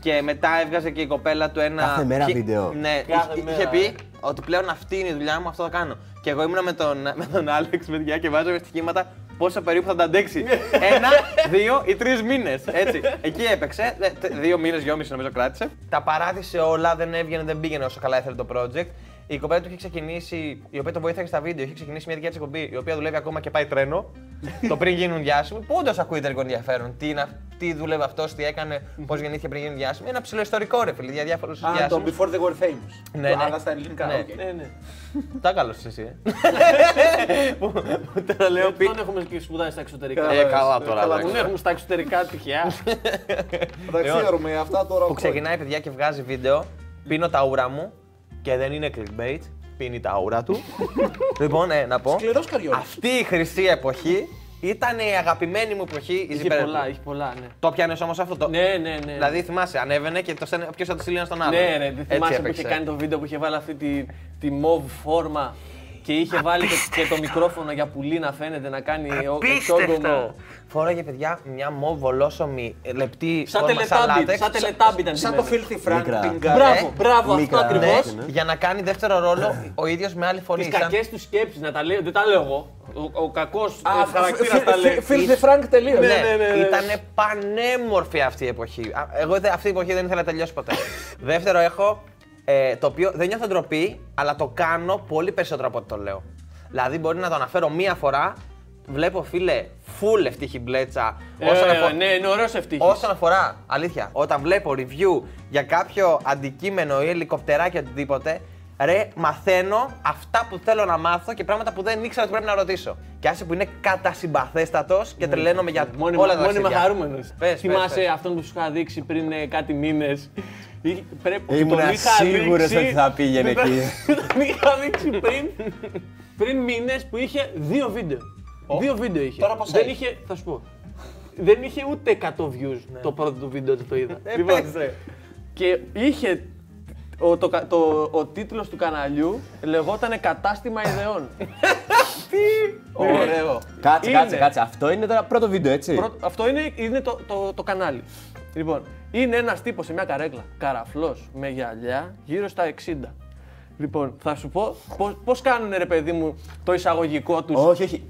Speaker 1: Και μετά έβγαζε και η κοπέλα του ένα.
Speaker 2: Κάθε μέρα
Speaker 1: Είχε-
Speaker 2: βίντεο.
Speaker 1: Ναι,
Speaker 4: Κάθε
Speaker 1: είχε,
Speaker 4: μέρα.
Speaker 1: είχε πει ότι πλέον αυτή είναι η δουλειά μου, αυτό θα κάνω. Και εγώ ήμουνα με τον, με τον Άλεξ, παιδιά, και βάζαμε στοιχήματα πόσα περίπου θα τα αντέξει.
Speaker 3: Ναι.
Speaker 1: ένα, δύο ή τρεις μήνες. Έτσι. Εκεί έπαιξε. δε- τε- Δύο μήνες, δυόμιση νομίζω κράτησε. Τα παράτησε όλα, δεν έβγαινε, δεν πήγαινε όσο καλά ήθελε το project. Η κοπέλα του είχε ξεκινήσει, η οποία τον βοήθησε και στα βίντεο, είχε ξεκινήσει μια δικιά της εκπομπή, η οποία δουλεύει ακόμα και πάει τρένο. το πριν γίνουν διάσημοι, που όντως ακούει τελικό ενδιαφέρον. Τι, είναι αυ- τι δούλευε αυτός, τι έκανε, πώς γεννήθηκε πριν γίνουν διάσημοι. Ένα ψηλό ιστορικό ρε φίλε για διάφορους
Speaker 3: Α, το
Speaker 1: διάσημους.
Speaker 3: Before They Were Famous.
Speaker 1: Ναι, ναι.
Speaker 3: Το- Αλλά στα ελληνικά,
Speaker 1: Ναι.
Speaker 3: οκ.
Speaker 4: Ναι, ναι.
Speaker 1: Τα καλό εσύ. ε. Που- που Τώρα λέω πει.
Speaker 4: Τον έχουμε και σπουδάσει στα εξωτερικά.
Speaker 1: Ε, καλά τώρα.
Speaker 4: Καλά,
Speaker 1: εντάξει. Λοιπόν,
Speaker 4: τον έχουμε στα εξωτερικά τυχαία.
Speaker 3: Τα ξέρουμε αυτά τώρα.
Speaker 1: Που ξεκινάει παιδιά και βγάζει βίντεο. Πίνω τα ούρα μου και δεν είναι clickbait. Πίνει τα ούρα του. λοιπόν, ε, να πω.
Speaker 3: Σκληρός καριόλης.
Speaker 1: Αυτή η χρυσή εποχή ήταν η αγαπημένη μου εποχή. η
Speaker 4: Είχε
Speaker 1: Ζιπέρ.
Speaker 4: πολλά, είχε πολλά, ναι.
Speaker 1: Το πιάνες όμως αυτό. Το...
Speaker 4: Ναι, ναι, ναι.
Speaker 1: Δηλαδή θυμάσαι, ανέβαινε και το στέλνε. Ποιος θα το στείλει ένα στον άλλον.
Speaker 4: Ναι, ρε, δεν
Speaker 1: Έτσι
Speaker 4: θυμάσαι που
Speaker 1: έπαιξε.
Speaker 4: είχε κάνει το βίντεο που είχε βάλει αυτή τη, τη μοβ φόρμα και είχε βάλει και, και το μικρόφωνο για πουλί να φαίνεται να κάνει ο- εξόγκωμο.
Speaker 1: Φόραγε παιδιά μια μοβ ολόσωμη ε, λεπτή
Speaker 4: Σαν
Speaker 1: φόρμα
Speaker 4: τελετάμπι,
Speaker 1: λάτεξ.
Speaker 4: σαν τελετάμπι ήταν.
Speaker 3: Σαν το
Speaker 4: ντυμένη.
Speaker 3: Filthy Frank
Speaker 2: Μικρά.
Speaker 3: Pingar.
Speaker 4: Μπράβο,
Speaker 1: ε.
Speaker 4: μπράβο, αυτό
Speaker 2: Μικρά,
Speaker 4: ακριβώς.
Speaker 2: ναι.
Speaker 1: Ακριβώ για να κάνει δεύτερο ρόλο ο ίδιος με άλλη φωνή.
Speaker 4: Τις
Speaker 1: σαν-
Speaker 4: κακές τους σκέψεις να τα λέω, δεν τα λέω εγώ. Ο, ο κακός
Speaker 3: Α,
Speaker 4: χαρακτήρας τα λέει.
Speaker 3: Phil the Frank τελείω.
Speaker 1: Ναι,
Speaker 4: ναι, ναι, ναι.
Speaker 1: Ήταν πανέμορφη αυτή η εποχή. Α, Εγώ δε- αυτή η εποχή δεν ήθελα να τελειώσει ποτέ. Δεύτερο έχω, ε, το οποίο δεν νιώθω ντροπή, αλλά το κάνω πολύ περισσότερο από ό,τι το λέω. Δηλαδή μπορεί να το αναφέρω μία φορά, βλέπω φίλε, φουλ ευτύχη μπλέτσα. όσον
Speaker 4: Ε,
Speaker 1: αφο-
Speaker 4: Ναι, είναι ωραίος ευτύχης.
Speaker 1: Όσον αφορά, αλήθεια, όταν βλέπω review για κάποιο αντικείμενο ή ελικοπτεράκι οτιδήποτε, ρε, μαθαίνω αυτά που θέλω να μάθω και πράγματα που δεν ήξερα ότι πρέπει να ρωτήσω. Και άσε που είναι κατασυμπαθέστατος και τρελαίνομαι για
Speaker 4: Ναι, Μόνιμα,
Speaker 1: όλα τα
Speaker 4: μόνιμα
Speaker 1: ταξίδια.
Speaker 4: χαρούμενο.
Speaker 1: Πες,
Speaker 4: Θυμάσαι
Speaker 1: πες, πες.
Speaker 4: αυτόν που σου είχα δείξει πριν ε, κάτι μήνες. Πρέπει
Speaker 2: Ήμουν
Speaker 4: τον είχα
Speaker 2: σίγουρος
Speaker 4: δείξει-
Speaker 2: ότι θα πήγαινε
Speaker 4: Τον-
Speaker 2: εκεί.
Speaker 4: Τον είχα δείξει πριν, πριν μήνες που είχε δύο βίντεο. Δύο βίντεο είχε.
Speaker 3: Τώρα πόσα
Speaker 4: Δεν
Speaker 3: έχει?
Speaker 4: είχε, θα σου πω. Δεν είχε ούτε 100 views το πρώτο του βίντεο ότι το είδα.
Speaker 1: Ε,
Speaker 4: Λοιπόν,
Speaker 1: πες, ρε.
Speaker 4: και είχε ο, το, κα- το, ο τίτλος του καναλιού λεγότανε «Κατάστημα ιδεών».
Speaker 3: Ωραίο.
Speaker 2: Κάτσε,
Speaker 4: Είναι.
Speaker 2: κάτσε, κάτσε. Αυτό είναι τώρα πρώτο βίντεο, έτσι.
Speaker 4: Πρώτο- αυτό είναι, είναι το, το, το κανάλι. Λοιπόν, είναι ένας τύπος σε μια καρέκλα. Καραφλός με γυαλιά γύρω στα 60. Λοιπόν, θα σου πω πώς κάνουν ρε παιδί μου το εισαγωγικό τους.
Speaker 2: Όχι, όχι.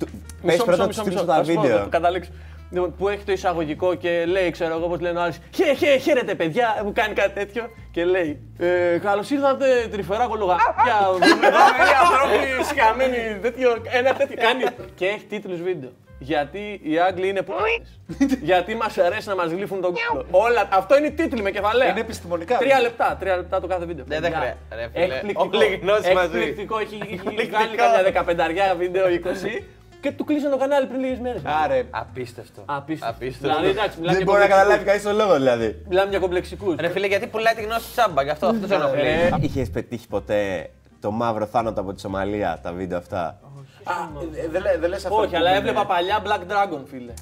Speaker 2: Πε πρώτα του τύπου τα βίντεο.
Speaker 4: Που, καταλήξω. Λοιπόν, που έχει το εισαγωγικό και λέει, ξέρω εγώ, πώς λένε ο άλλος. Χε, χε, χαίρετε, παιδιά, μου κάνει κάτι τέτοιο. Και λέει, ε, Καλώς ήρθατε, τρυφερά κολογαριά. Βαρβαροί άνθρωποι, σκαμμένοι, τέτοιο. Ένα τέτοιο κάνει. και έχει τίτλους βίντεο. Γιατί οι Άγγλοι είναι πούτες. Γιατί μας αρέσει να μας γλύφουν τον κόλο. Όλα, αυτό είναι τίτλοι με κεφαλαία.
Speaker 3: Είναι επιστημονικά,
Speaker 4: Τρία
Speaker 3: δηλαδή.
Speaker 4: λεπτά, τρία λεπτά το κάθε βίντεο.
Speaker 1: Ναι, δεν
Speaker 4: Παιδιά,
Speaker 1: χρειάζεται, ρε φίλε.
Speaker 4: Εκπληκτικό.
Speaker 1: Όλη η γνώση μαζί.
Speaker 4: Εκπληκτικό, έχει, έχει βγάλει καμιά δεκαπενταριά βίντεο, 20 και του κλείσαν το κανάλι πριν λίγες μέρες.
Speaker 3: Άρε,
Speaker 1: Απίστευτο.
Speaker 4: Απίστευτο.
Speaker 1: Απίστευτο.
Speaker 4: Δηλαδή, εντάξει, μιλάμε
Speaker 2: Δεν
Speaker 4: για
Speaker 2: μπορεί να
Speaker 4: κομπλεξικούς.
Speaker 2: καταλάβει κανείς τον λόγο δηλαδή.
Speaker 4: Μιλάμε για κομπλεξικούς.
Speaker 1: Ρε φίλε, γιατί πουλάει τη γνώση τσάμπα, γι' αυτό αυτό σε ενοχλεί.
Speaker 2: Είχε Ε, πετύχει ποτέ το μαύρο θάνατο από τη Σομαλία τα βίντεο αυτά.
Speaker 3: α, ε, δεν λέ- δεν λες αυτό.
Speaker 4: Όχι,
Speaker 3: που
Speaker 4: αλλά
Speaker 3: είναι-
Speaker 4: έβλεπα παλιά Black Dragon, φίλε.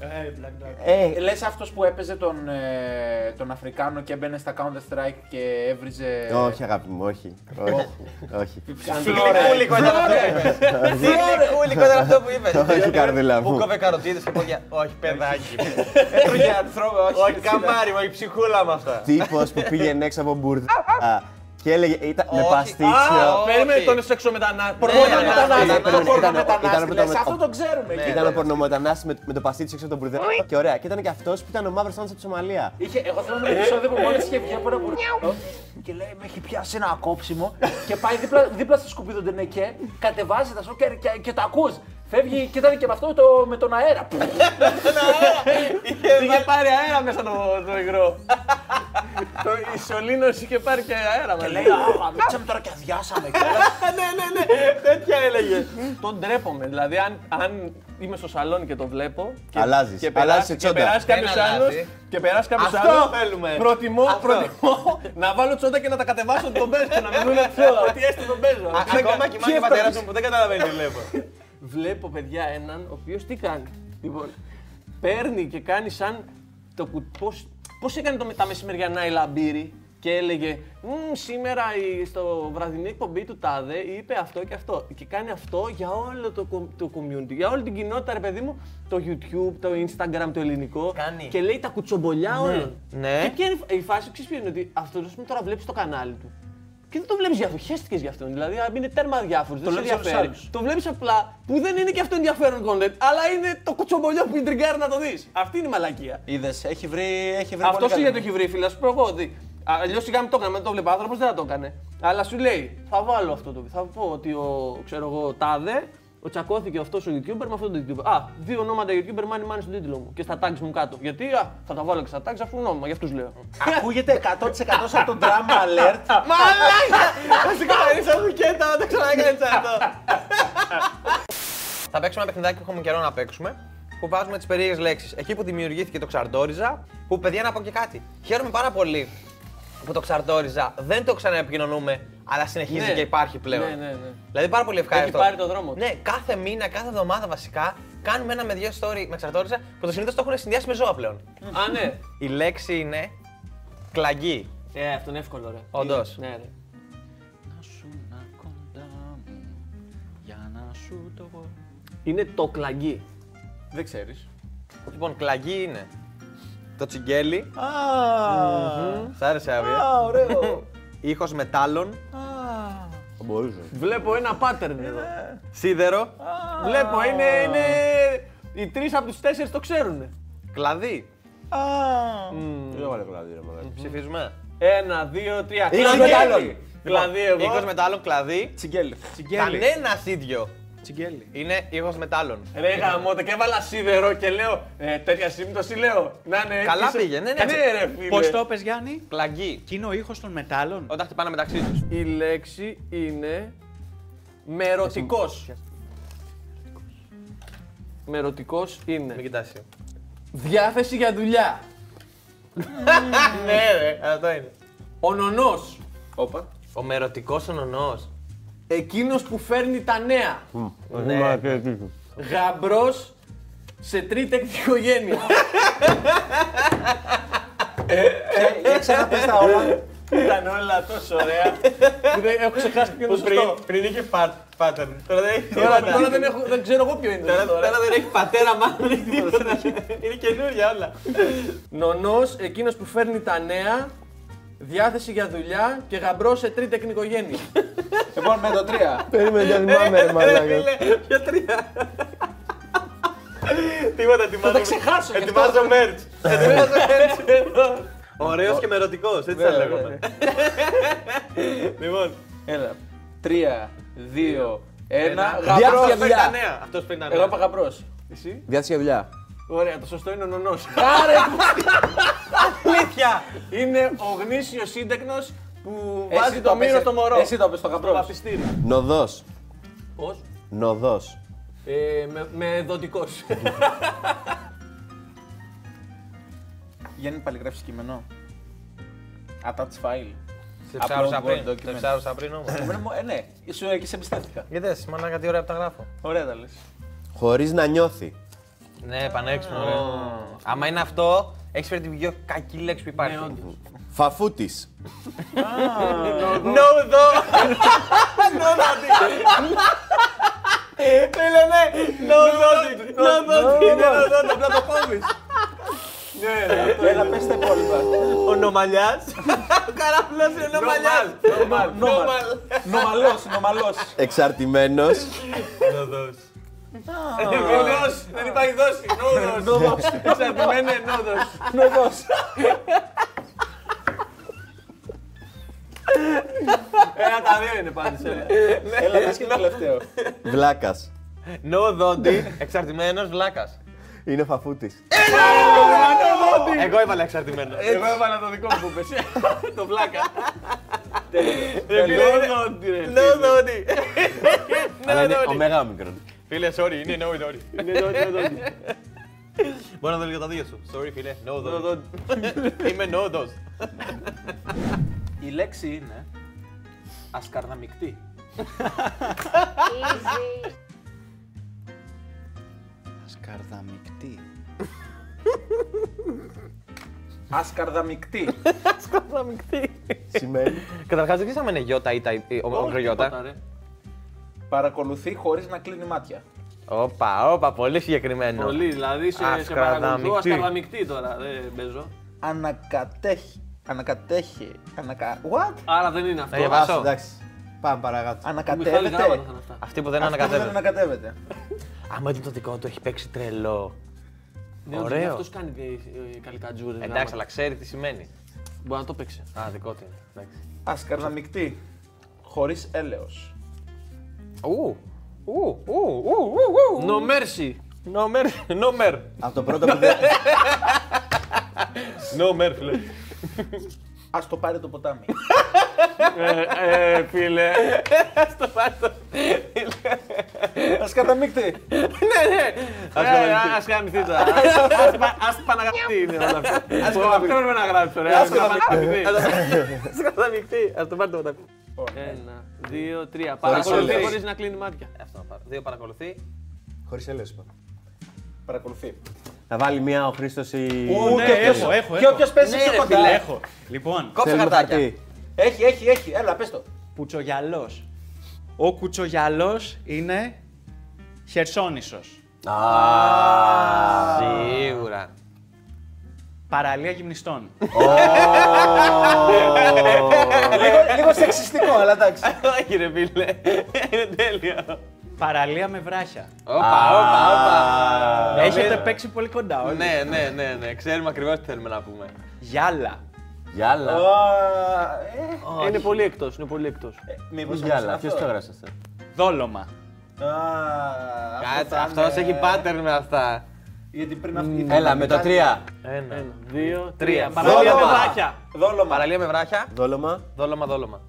Speaker 2: Ε,
Speaker 3: Λε αυτό που έπαιζε τον, ε, τον Αφρικάνο και έμπαινε στα Counter Strike και έβριζε.
Speaker 2: όχι, αγάπη μου, όχι. Όχι. όχι.
Speaker 1: Φιλικούλικο ήταν αυτό που είπες. Φιλικούλικο ήταν αυτό που είπες.
Speaker 2: Όχι, καρδούλα μου.
Speaker 1: Μου κόβε καροτίδες και πόδια. Όχι, παιδάκι. μου.
Speaker 3: Έτρωγε ανθρώπου, όχι.
Speaker 1: Όχι, καμάρι μου, όχι ψυχούλα με αυτά.
Speaker 2: Τύπος που πήγαινε έξω από μπουρδα και έλεγε. Ήταν με
Speaker 1: Όχι. Α,
Speaker 2: παστίτσιο.
Speaker 1: όχι.
Speaker 4: Περίμενε τον σεξομετανάστη.
Speaker 1: ναι, ναι, ναι,
Speaker 3: Πορνομετανάστη,
Speaker 1: ναι,
Speaker 3: το
Speaker 2: ναι, ήταν-
Speaker 3: μετανάστη.
Speaker 2: ήταν-
Speaker 3: Λες,
Speaker 2: ήταν-
Speaker 3: αυτό το ξέρουμε.
Speaker 2: Και
Speaker 3: κύριε.
Speaker 2: ήταν ο πορνομετανάστη με, με το παστίτσιο έξω από τον μπουρδα. Και ωραία. Και ήταν και αυτό που ήταν ο μαύρο θάνατο από τη Σομαλία.
Speaker 3: Είχε, εγώ θέλω ένα επεισόδιο που μόλι είχε βγει από ένα μπουρδέλο και λέει: Με έχει πιάσει ένα ακόψιμο και πάει δίπλα, δίπλα στο σκουπί του Ντενεκέ, κατεβάζει τα σόκια και, και τα ακού. Φεύγει και ήταν και με αυτό το, με τον αέρα.
Speaker 4: Είχε πάρει αέρα μέσα το, το υγρό. το ισολίνο είχε πάρει και αέρα
Speaker 3: και
Speaker 4: μέσα.
Speaker 3: λέει: Α, μίξαμε τώρα και αδειάσαμε.
Speaker 4: Ναι, Τέτοια έλεγε. Τον ντρέπομαι. Δηλαδή, αν, αν είμαι στο σαλόνι και το βλέπω. Και,
Speaker 2: Αλλάζεις.
Speaker 4: Και περάσει-
Speaker 2: Αλλάζεις
Speaker 4: και
Speaker 2: τσόντα.
Speaker 4: περάσει κάποιος
Speaker 1: Δεν αλλάζει.
Speaker 4: άλλο. Και περάσει κάποιος
Speaker 1: Αυτό
Speaker 4: άλλος.
Speaker 1: θέλουμε.
Speaker 4: Προτιμώ,
Speaker 1: Αυτό.
Speaker 4: προτιμώ να βάλω τσόντα και να τα κατεβάσω ότι τον παίζω. Και να μην δουν αυτό. Ότι έστω τον παίζω.
Speaker 1: Α-
Speaker 4: Δεν κα-
Speaker 1: Ακόμα και
Speaker 4: Τι
Speaker 1: ο πατέρα
Speaker 4: έφτασες.
Speaker 1: μου που δεν καταλαβαίνει τι βλέπω.
Speaker 4: Βλέπω παιδιά έναν ο οποίος τι κάνει. Λοιπόν, παίρνει και κάνει σαν. Το που, πώς, πώς έκανε το, με- τα μεσημεριανά η λαμπύρη. και έλεγε «Μμμ, σήμερα η- στο βραδινή εκπομπή του Τάδε είπε αυτό και αυτό. Και κάνει αυτό για όλο το, κο- το community, για όλη την κοινότητα, ρε παιδί μου, το YouTube, το Instagram, το ελληνικό.
Speaker 1: Κάνει.
Speaker 4: Και λέει τα κουτσομπολιά όλων.
Speaker 1: Ναι.
Speaker 4: Και ποια είναι η φα- η φάση, ξέρεις ποια είναι, ότι αυτός ας πούμε τώρα βλέπεις το κανάλι του. Και δεν το βλέπεις για αυτό, χαίστηκες για αυτόν. Δηλαδή, αν είναι τέρμα διάφορο, δεν σε
Speaker 1: βλέπεις από τους
Speaker 4: ενδιαφέρει.
Speaker 1: άλλους.
Speaker 4: Το βλέπεις απλά που δεν είναι και αυτό ενδιαφέρον content, αλλά είναι το κουτσομπολιό που τριγκάρει να το δεις. Αυτή είναι η μαλακία.
Speaker 3: Είδες, έχει βρει. Έχει βρει
Speaker 4: Αυτό
Speaker 3: πολύ
Speaker 4: σου
Speaker 3: καλό.
Speaker 4: γιατί το έχει βρει, φίλε. Σου πω εγώ ότι. Αλλιώς σιγά μην το έκανε, δεν το βλέπει άνθρωπος, δεν θα το έκανε. Αλλά σου λέει, θα βάλω αυτό το. Θα πω ότι ο ξέρω εγώ, τάδε, ο τσακώθηκε αυτός ο YouTuber με αυτόν τον YouTuber. Α, δύο ονόματα YouTuber μάνι μάνι στον τίτλο μου και στα tags μου κάτω. Γιατί α, θα τα βάλω και στα tags αφού ονόμα, γι' αυτούς λέω.
Speaker 3: Ακούγεται 100% σαν τον drama alert.
Speaker 4: Μαλάκα! Θα σε καθαρίσω μπουκέτα, δεν ξανακάνει αυτό.
Speaker 1: Θα παίξουμε ένα παιχνιδάκι που έχουμε καιρό να παίξουμε. Που βάζουμε τις περίεργες λέξεις. Εκεί που δημιουργήθηκε το ξαρτόριζα, που παιδιά να πω και κάτι. Χαίρομαι πάρα πολύ που το ξαρτόριζα δεν το ξαναεπικοινωνούμε, αλλά συνεχίζει
Speaker 4: Ναι.
Speaker 1: και υπάρχει πλέον.
Speaker 4: Ναι, ναι, ναι.
Speaker 1: Δηλαδή πάρα πολύ ευχάριστο.
Speaker 4: Έχει πάρει το δρόμο του.
Speaker 1: Ναι, κάθε μήνα, κάθε εβδομάδα βασικά κάνουμε ένα με δύο story με ξαρτόριζα που το συνήθως το έχουν συνδυάσει με ζώα πλέον.
Speaker 4: Α, ναι.
Speaker 1: Η λέξη είναι κλαγί.
Speaker 4: Ε, αυτό είναι εύκολο, ρε.
Speaker 1: Όντως.
Speaker 4: Ναι, ρε.
Speaker 5: Να σου να κοντά μου, για να σου το πω.
Speaker 4: Είναι το κλαγκί.
Speaker 3: Δεν ξέρεις.
Speaker 1: Λοιπόν, κλαγί είναι το τσιγκέλι. Σ' άρεσε ε. άβια.
Speaker 3: ωραίο.
Speaker 1: Ήχος μετάλλων.
Speaker 2: Μπορούσε.
Speaker 4: Βλέπω ένα pattern εδώ.
Speaker 1: Σίδερο.
Speaker 4: Βλέπω, είναι, είναι... Οι τρεις από τους τέσσερις το ξέρουν.
Speaker 1: Κλαδί.
Speaker 2: Δεν έβαλε κλαδί, ρε μαλάκα.
Speaker 1: Ψηφίζουμε.
Speaker 4: Ένα, δύο, τρία.
Speaker 2: Ήχος
Speaker 4: Κλαδί.
Speaker 2: μετάλλων.
Speaker 4: Κλαδί
Speaker 1: Ήχο
Speaker 4: εγώ.
Speaker 1: μετάλλων, κλαδί.
Speaker 3: Τσιγκέλι.
Speaker 1: Κανένας ίδιο.
Speaker 5: Τσιγκέλι.
Speaker 1: Είναι ήχος μετάλλων.
Speaker 4: Ρε γαμώτα και έβαλα σίδερο και λέω ε, τέτοια σύμπτωση λέω να είναι
Speaker 1: Καλά
Speaker 4: έτσι.
Speaker 1: πήγε, ναι, ναι.
Speaker 4: ναι ρε φίλε.
Speaker 5: Πώς το πες Γιάννη,
Speaker 1: Κλαγί.
Speaker 5: και είναι ο ήχος των μετάλλων.
Speaker 1: Όταν χτυπάνε μεταξύ τους.
Speaker 4: Η λέξη είναι μερωτικός. Μερωτικός
Speaker 1: Μην
Speaker 4: είναι.
Speaker 1: κοιτάσει.
Speaker 4: Διάθεση για δουλειά.
Speaker 1: Ναι, ρε, αυτό είναι.
Speaker 4: Ο νονός.
Speaker 3: Όπα.
Speaker 1: Ο μερωτικός ονονό.
Speaker 4: Εκείνος που φέρνει τα νέα. Ναι. Γαμπρός σε τρίτη οικογένεια. Ε,
Speaker 3: Ξαναπες τα όλα.
Speaker 4: Ήταν όλα τόσο ωραία. που δεν- έχω ξεχάσει ποιο είναι το σωστό.
Speaker 1: πριν είχε pattern. Τώρα δεν έχει
Speaker 4: Τώρα, τώρα δεν, έχω, δεν ξέρω εγώ ποιο είναι το ε. σωστό. ρε.
Speaker 1: δεν έχει πατέρα, μάλλον έχει τίποτα. Είναι καινούρια όλα.
Speaker 4: Νονός, εκείνος που φέρνει τα νέα, διάθεση για δουλειά και γαμπρός σε τρίτη οικογένεια.
Speaker 3: Λοιπόν, με το 3.
Speaker 2: Περίμενε για θυμάμαι, ρε μαλάκα.
Speaker 1: Για τρία. Τίποτα, ετοιμάζω. Θα τα ξεχάσω. Ετοιμάζω merch. Ετοιμάζω merch. Ωραίος και μερωτικός, έτσι θα
Speaker 3: Βέβαια,
Speaker 1: λέγαμε. Λοιπόν,
Speaker 3: Έλα. 3, 2,
Speaker 2: Διάφορα
Speaker 3: 1. Γαμπρό.
Speaker 1: αυτός παίρνει
Speaker 2: δουλειά.
Speaker 1: τα νέα. Ναι, Αυτός παίρνει τα
Speaker 3: Εγώ
Speaker 1: νέα.
Speaker 3: είπα γαμπρός.
Speaker 4: Εσύ.
Speaker 2: Διάθεση για δουλειά.
Speaker 4: Ωραία, το σωστό είναι ο νονός.
Speaker 3: Άρε!
Speaker 1: Αλήθεια.
Speaker 4: είναι ο γνήσιος σύντεκνος που
Speaker 3: Εσύ
Speaker 4: βάζει
Speaker 3: το
Speaker 4: το μύρο
Speaker 3: πες,
Speaker 4: στο μωρό.
Speaker 3: εσύ το πες το γαμπρός.
Speaker 4: βαφιστήρι.
Speaker 2: Νοδός.
Speaker 4: Πώς.
Speaker 2: Νοδός.
Speaker 4: Ε, με, με δοντικός.
Speaker 3: Γιάννη, παλιγράφεις κείμενο. Attach file.
Speaker 1: Σε ψάρωσα
Speaker 3: Upload Word
Speaker 1: πριν. Σε
Speaker 3: document.
Speaker 1: ψάρωσα πριν όμως.
Speaker 3: Εμένα μου- Ε, ναι, ήσουν και σε εμπιστεύτηκα.
Speaker 1: Είδες, μάνα κάτι ωραία που τα γράφω.
Speaker 3: Ωραία τα λες.
Speaker 2: Χωρίς να νιώθει.
Speaker 1: Ναι, πανέξυπνο, ωραία. Άμα είναι αυτό, έχεις φέρει την πιο κακή λέξη που υπάρχει.
Speaker 2: Φαφούτη.
Speaker 1: No, though.
Speaker 3: Έλα, πες τα υπόλοιπα.
Speaker 1: Ο νομαλιάς. Ο καραπλός είναι ο νομαλιάς.
Speaker 3: Νόμαλ. Νομαλός, νομαλός.
Speaker 2: Εξαρτημένος.
Speaker 4: Νοδός. Δεν υπάρχει δόση. Νοδός. Νοδός. Εξαρτημένε νοδός.
Speaker 3: Νομαλός.
Speaker 4: Ένα τα δύο είναι πάντα σε
Speaker 3: Έλα,
Speaker 4: Ε,
Speaker 3: πες και το τελευταίο.
Speaker 2: Βλάκας.
Speaker 1: No, δόντι. Εξαρτημένος βλάκας.
Speaker 2: Είναι φαφούτης.
Speaker 1: Εγώ έβαλα εξαρτημένο.
Speaker 3: Εγώ έβαλα το δικό μου που είπες.
Speaker 4: ε, Το βλάκα. Ε,
Speaker 1: No, δόντι.
Speaker 2: Αλλά είναι ωμέγα μικρόν.
Speaker 1: Φίλε, sorry, είναι no, δόντι.
Speaker 4: Είναι
Speaker 1: Μπορώ να δω λίγο τα δύο σου. Sorry, φίλε. No, δόντι. Είμαι no, δόντι.
Speaker 3: Η λέξη είναι ασκαρδαμικτή.
Speaker 6: Easy.
Speaker 5: Σκαρδαμικτή.
Speaker 3: Ασκαρδαμικτή.
Speaker 1: Σκαρδαμιχτή.
Speaker 2: Σημαίνει.
Speaker 1: Καταρχάς δεν ξέραμε αν είναι γιώτα ή τα- ή- ο- ο- ο- γιώτα.
Speaker 3: Παρακολουθεί χωρίς να κλείνει μάτια.
Speaker 1: Όπα, όπα, πολύ συγκεκριμένο.
Speaker 4: Πολύ, δηλαδή σε, σε παρακολουθώ
Speaker 1: Ασκαρδαμικτή.
Speaker 4: ασκαρδαμικτή τώρα, δεν παίζω.
Speaker 3: Ανακατέχει. Ανακατέχει. Ανακα... What?
Speaker 4: Άρα δεν είναι αυτό.
Speaker 1: Ε,
Speaker 2: Άσου,
Speaker 1: Πάσο.
Speaker 2: εντάξει. Πάμε παρακάτω.
Speaker 4: Μιχάλη
Speaker 3: Ανακατεύεται.
Speaker 4: Γάβανα θα είναι αυτά.
Speaker 1: Αυτή που δεν
Speaker 3: Αυτό που δεν
Speaker 1: ανακατεύεται.
Speaker 3: ανακατεύεται.
Speaker 1: Άμα ήταν το δικό του, έχει παίξει τρελό.
Speaker 4: Ναι,
Speaker 1: Ωραίο.
Speaker 4: Ωραίο. Αυτός κάνει ε, ε, καλικατζούρες. γάματα.
Speaker 1: Εντάξει, αλλά ξέρει τι σημαίνει.
Speaker 4: Μπορεί να το παίξει.
Speaker 1: Ναι. Α, δικό του είναι. Εντάξει.
Speaker 3: Ασκαρδαμικτή. Χωρίς έλεος.
Speaker 1: Ου, ου, ου, ου, ου, ου.
Speaker 4: No mercy.
Speaker 1: No mer, no mer.
Speaker 2: Από το πρώτο που δεν.
Speaker 1: No mer, φίλε.
Speaker 3: Ας το πάρει το ποτάμι.
Speaker 4: ε, φίλε.
Speaker 1: Στο πάτο.
Speaker 3: Ασκαρδαμικτή.
Speaker 1: Ναι, ναι.
Speaker 4: Ε, Ας κάνει θήτα. Ας την παναγαπτή είναι όλα αυτά. Αυτό έπρεπε να γράψω
Speaker 1: Ε,
Speaker 4: ρε. Ας την παναγαπτή.
Speaker 1: Σκαταμιχτή. Α το πάρει το ποτάμι.
Speaker 4: Ένα, δύο, τρία. Παρακολουθεί
Speaker 2: όλες.
Speaker 4: χωρίς να κλείνει μάτια.
Speaker 1: Ε, Αυτό να πάρω. Δύο παρακολουθεί.
Speaker 2: Χωρίς έλεος είπα.
Speaker 3: Παρακολουθεί.
Speaker 2: Να βάλει μία ο Χρήστος ή.
Speaker 6: ναι,
Speaker 3: και όποιος-
Speaker 6: έχω, έχω,
Speaker 3: Και
Speaker 6: έχω.
Speaker 3: όποιο πέσει
Speaker 1: Ναι,
Speaker 3: πιο
Speaker 1: ρε,
Speaker 3: κοντά.
Speaker 1: φίλε.
Speaker 6: Έχω. Λοιπόν,
Speaker 1: Κόψε
Speaker 2: Θέλουμε
Speaker 1: χαρτάκια.
Speaker 2: χαρτί.
Speaker 3: Έχει, έχει, έχει. Έλα, πες το.
Speaker 6: κουτσογιαλός. Ο κουτσογιαλός είναι χερσόνησος.
Speaker 1: Σίγουρα.
Speaker 6: Παραλία γυμνιστών.
Speaker 3: Λίγο- Λίγο σεξιστικό, αλλά εντάξει.
Speaker 1: Όχι ρε φίλε. Είναι τέλειο.
Speaker 6: Παραλία με βράχια.
Speaker 1: Όπα, όπα, όπα.
Speaker 6: Έχετε
Speaker 1: Νομίζω-
Speaker 6: παίξει πολύ κοντά, όχι.
Speaker 1: Ναι, ναι, ναι, ναι. Ξέρουμε ακριβώς τι θέλουμε να πούμε.
Speaker 6: Γυάλα.
Speaker 2: Γιάλα.
Speaker 3: Α, ε,
Speaker 4: Είναι πολύ εκτός, είναι πολύ εκτός.
Speaker 3: Μήπως
Speaker 2: Πού
Speaker 3: όμως
Speaker 2: Γιάλα,
Speaker 3: αυτό.
Speaker 2: ποιο το έγραψε αυτό.
Speaker 6: Δόλωμα.
Speaker 3: Α,
Speaker 1: Κάτσε,
Speaker 3: θα
Speaker 1: αυτός
Speaker 3: είναι-
Speaker 1: έχει pattern με αυτά.
Speaker 3: Γιατί πριν αυτή.
Speaker 2: Έλα, με το τρία.
Speaker 1: Ένα.
Speaker 4: Ένα, δύο,
Speaker 1: Τρία.
Speaker 4: τρία. Παραλία με
Speaker 3: Δόλωμα.
Speaker 4: βράχια.
Speaker 3: Δόλωμα.
Speaker 1: Παραλία με βράχια.
Speaker 2: Δόλωμα.
Speaker 1: Δόλωμα, δόλωμα.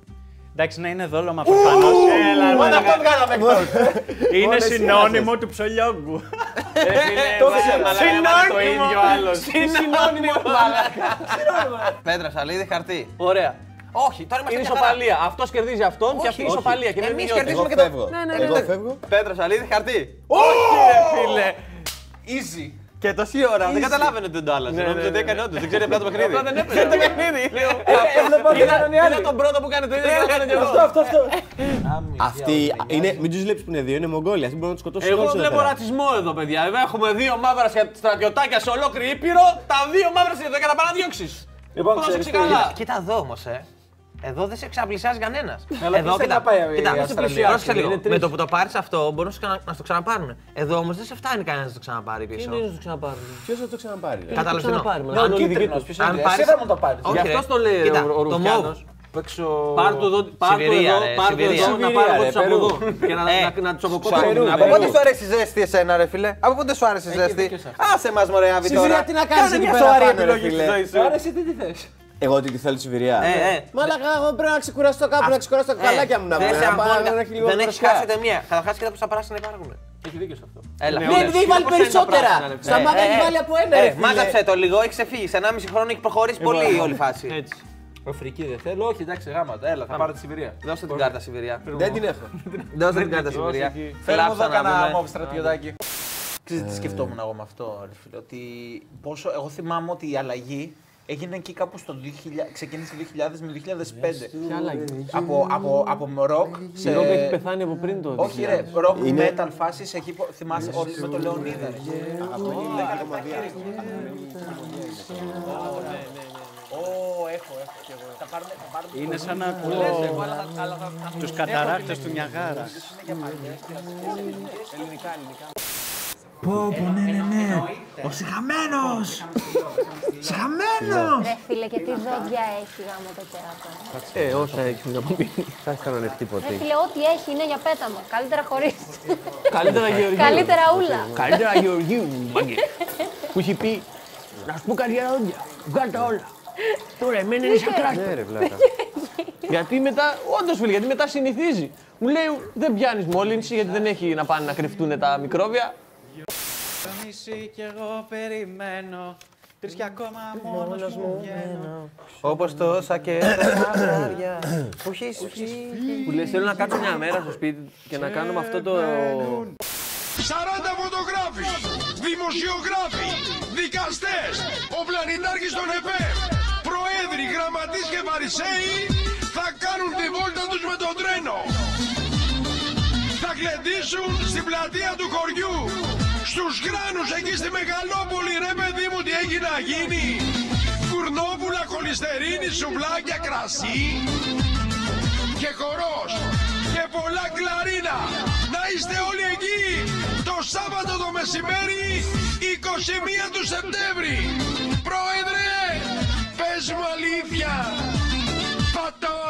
Speaker 6: Εντάξει, να είναι δόλωμα προφανώ.
Speaker 1: Μόνο αυτό βγάλαμε εκτός.
Speaker 6: Είναι συνώνυμο του ψολιόγκου.
Speaker 4: Ε, φίλε,
Speaker 3: Το
Speaker 4: βάλε,
Speaker 3: ξέρω.
Speaker 4: μαλάκα, βάλε Το
Speaker 1: Συνώνυμο.
Speaker 4: ίδιο άλλος.
Speaker 1: Συνώνυμο, μαλάκα. Πέτρα, σαλίδι, χαρτί.
Speaker 4: Ωραία.
Speaker 1: Όχι, τώρα είμαστε
Speaker 4: Είναι
Speaker 1: μια χαρά.
Speaker 4: ισοπαλία. Αυτός κερδίζει αυτόν και αυτή
Speaker 1: όχι.
Speaker 4: ισοπαλία. Και δεν
Speaker 1: Εμείς
Speaker 4: μειώνεται.
Speaker 1: κερδίζουμε
Speaker 2: Εγώ
Speaker 1: και το-
Speaker 2: φεύγω.
Speaker 1: Ναι, ναι, ναι,
Speaker 2: Εγώ
Speaker 1: ναι.
Speaker 2: φεύγω.
Speaker 1: Πέτρα, σαλίδι, χαρτί. Όχι, ρε φίλε.
Speaker 3: Easy.
Speaker 1: Και τόση ώρα. Δεν καταλάβαινε ότι δεν το άλλαζε. Νομίζω ότι έκανε όντως. Δεν ξέρει απλά το παιχνίδι.
Speaker 4: Απλά δεν έπαιζε.
Speaker 1: Ξέρει το παιχνίδι.
Speaker 3: Έβλεπα τι κάνανε οι άλλοι.
Speaker 1: Είδα τον πρώτο που κάνει το ίδιο. θα κάνω κι εγώ.
Speaker 3: Αυτό, αυτό, αυτό.
Speaker 2: Αυτοί είναι. Μην τους βλέπεις που είναι δύο, είναι Μογγόλοι. Αυτοί μπορούν να τους σκοτώσουν
Speaker 4: Εγώ
Speaker 2: όλους εδώ
Speaker 4: βλέπω
Speaker 2: πέρα.
Speaker 4: ρατσισμό εδώ, παιδιά. Εδώ Έχουμε δύο μαύρα στρα- στρατιωτάκια σε ολόκληρη Ήπειρο. Τα δύο μαύρα στρατιωτάκια θα πάνε να διώξεις.
Speaker 3: Λοιπόν, ξέρεις
Speaker 4: πρόσεξε
Speaker 3: τι,
Speaker 4: καλά.
Speaker 1: Κοίτα εδώ όμως, ε. Εδώ δεν σε ξαπλησιάζει κανένας.
Speaker 3: Αλλά
Speaker 1: Εδώ
Speaker 3: τι θέλει να πάει η
Speaker 1: κοίτα,
Speaker 3: Αυστραλία.
Speaker 1: πρόσεξε πρόσεξε λίγο.
Speaker 4: Είναι τρεις.
Speaker 1: Με το που το πάρεις αυτό μπορούν να σου ξανα- να στο ξαναπάρουν. Εδώ όμως δεν σε φτάνει κανένας να το ξαναπάρει πίσω.
Speaker 4: το ξαναπάρει.
Speaker 2: Ποιος θα το ξαναπάρει. ρε.
Speaker 1: Κατάλαβες τι εννοώ.
Speaker 3: Ο κίτρινος, ποιος είναι. Εσύ θα μου το πάρεις.
Speaker 1: Όχι,
Speaker 4: Γι'
Speaker 1: ρε.
Speaker 4: αυτό το λέει
Speaker 1: Κοίτα,
Speaker 4: ο- ο
Speaker 1: το
Speaker 4: Ρουφιάνος.
Speaker 1: mauve.
Speaker 4: Πάρ του εδώ, πάρ του
Speaker 1: Σιβηρία,
Speaker 4: εδώ,
Speaker 1: ρε,
Speaker 4: πάρ του
Speaker 1: Σιβηρία.
Speaker 4: εδώ, να
Speaker 1: Σιβηρία,
Speaker 4: πάρω
Speaker 1: ρε,
Speaker 4: κόψω από
Speaker 1: Περού.
Speaker 4: εδώ και να,
Speaker 1: Ε,
Speaker 4: να, να τους αποκόψω.
Speaker 1: Ξαρού,
Speaker 4: Ναι,
Speaker 1: Από
Speaker 4: ναι.
Speaker 1: πότε σου αρέσει η ζέστη εσένα, ρε φίλε. Από πότε σου άρεσε η ζέστη. Άσε μας μωρέ, Άβη τώρα.
Speaker 2: Σιβηρία, τι να κάνεις
Speaker 1: Κάνε
Speaker 2: εκεί
Speaker 1: μια
Speaker 2: πέρα
Speaker 1: σοβαρή
Speaker 2: πάνω, ρε,
Speaker 1: επιλογή
Speaker 2: φίλε.
Speaker 1: στη ζωή σου.
Speaker 3: Άρα εσύ τι τη θες.
Speaker 2: Εγώ ότι θέλω τη Σιβηρία.
Speaker 1: Ε, ε.
Speaker 2: Μαλάκα, εγώ πρέπει να ξεκουράσω κάπου, να ξεκουράσω τα καλάκια μου να
Speaker 1: Δεν
Speaker 2: πούμε,
Speaker 1: σε
Speaker 2: να πάω
Speaker 1: αγχώνει,
Speaker 2: να έχει λίγο
Speaker 1: Δεν έχει
Speaker 2: φρεσκιά.
Speaker 1: χάσει ούτε μία. Καταρχάς και τα που στα πράσινα υπάρχουν.
Speaker 4: Έχει δίκιο σε αυτό.
Speaker 1: Έλα.
Speaker 4: Ναι,
Speaker 1: Ναι,
Speaker 4: ωραία.
Speaker 2: επειδή έχει βάλει
Speaker 4: Πώς είναι τα
Speaker 2: περισσότερα.
Speaker 4: πράσινα, ρε,
Speaker 2: Στα
Speaker 4: φίλε.
Speaker 2: μάτια έχει βάλει από
Speaker 6: Ε,
Speaker 2: ένα, Ε, ρε, φίλε.
Speaker 1: Μάζαψε Ε, το λίγο, έχει ξεφύγει. Σε 1,5 χρόνο έχει προχωρήσει πολύ η όλη φάση.
Speaker 4: Έτσι.
Speaker 1: Αφρική δεν θέλω, όχι εντάξει γάματα. Έλα, θα πάρω τη Σιβηρία. Δώσε την κάρτα Σιβηρία.
Speaker 2: Δεν την έχω.
Speaker 1: Δώσε την κάρτα Σιβηρία.
Speaker 4: εκεί.
Speaker 3: Φέρε μου
Speaker 1: Κλάψα
Speaker 3: εδώ
Speaker 1: να
Speaker 3: κανένα
Speaker 1: δούμε.
Speaker 3: μοβ στρατιωτάκι. Ξέρετε τι σκεφτόμουν εγώ με αυτό, ρε φίλε, ότι πόσο, εγώ θυμάμαι ότι η αλλαγή έγινε εκεί κάπου στο 2000, ξεκίνησε το 2000 με το 2005. από, από, από ροκ σε...
Speaker 4: Ρόμπ έχει πεθάνει από πριν το
Speaker 3: Όχι ρε, ροκ metal φάσεις εκεί που θυμάσαι ότι με τον Λεωνίδα. ρε. Ω, έχω, έχω κι εγώ. Θα πάρουμε, θα πάρουμε.
Speaker 6: Είναι σαν να ακούω τους καταράκτε του Νιαγάρα.
Speaker 7: Ρε φίλε, και τι ζώδια έχει γάμο το κέρατο.
Speaker 1: Ε, όσα έχει να πει. Θα έχει κανονευτεί
Speaker 7: Ρε
Speaker 1: ποτέ.
Speaker 7: φίλε, ό,τι έχει είναι για πέταμα. Καλύτερα χωρίς.
Speaker 4: Καλύτερα Γεωργίου.
Speaker 7: Καλύτερα ούλα.
Speaker 4: Καλύτερα Γεωργίου, μάγκε. Που έχει πει, να σου πω κάτι για ρόντια, βγάλ' τα όλα. Τώρα εμένα είναι σαν κράστα.
Speaker 2: Ναι, ρε, βλάκα.
Speaker 4: Γιατί μετά, όντως φίλε, γιατί μετά συνηθίζει. Μου λέει δεν πιάνεις μόλυνση γιατί δεν έχει να πάνε να κρυφτούν τα μικρόβια.
Speaker 6: Το νησί κι εγώ περιμένω. Τρεις κι ακόμα μόνος μου
Speaker 2: ναι,
Speaker 6: βγαίνω.
Speaker 1: Όπω τόσα και τα μαγάρια που έχεις φύγει.
Speaker 4: Που λες, θέλω να κάτσω μια μέρα στο σπίτι και να κάνουμε αυτό το.
Speaker 8: 40 φωτογράφοι, δημοσιογράφοι, δικαστές, ο πλανητάρχης των ΕΠΕ, Φαρισαίοι θα κάνουν τη βόλτα τους με το τρένο. Θα γλεντήσουν στην πλατεία του χωριού. Στους γράνους εκεί στη Μεγαλόπολη, ρε παιδί μου, τι έχει να γίνει. Κουρνόπουλα, χολυστερίνη, σουβλάκια, κρασί και χορός και πολλά κλαρίνα. Να είστε όλοι εκεί το Σάββατο το μεσημέρι 21 του Σεπτέμβρη. Πρόεδρε, πες μου αλήθεια. Πατώ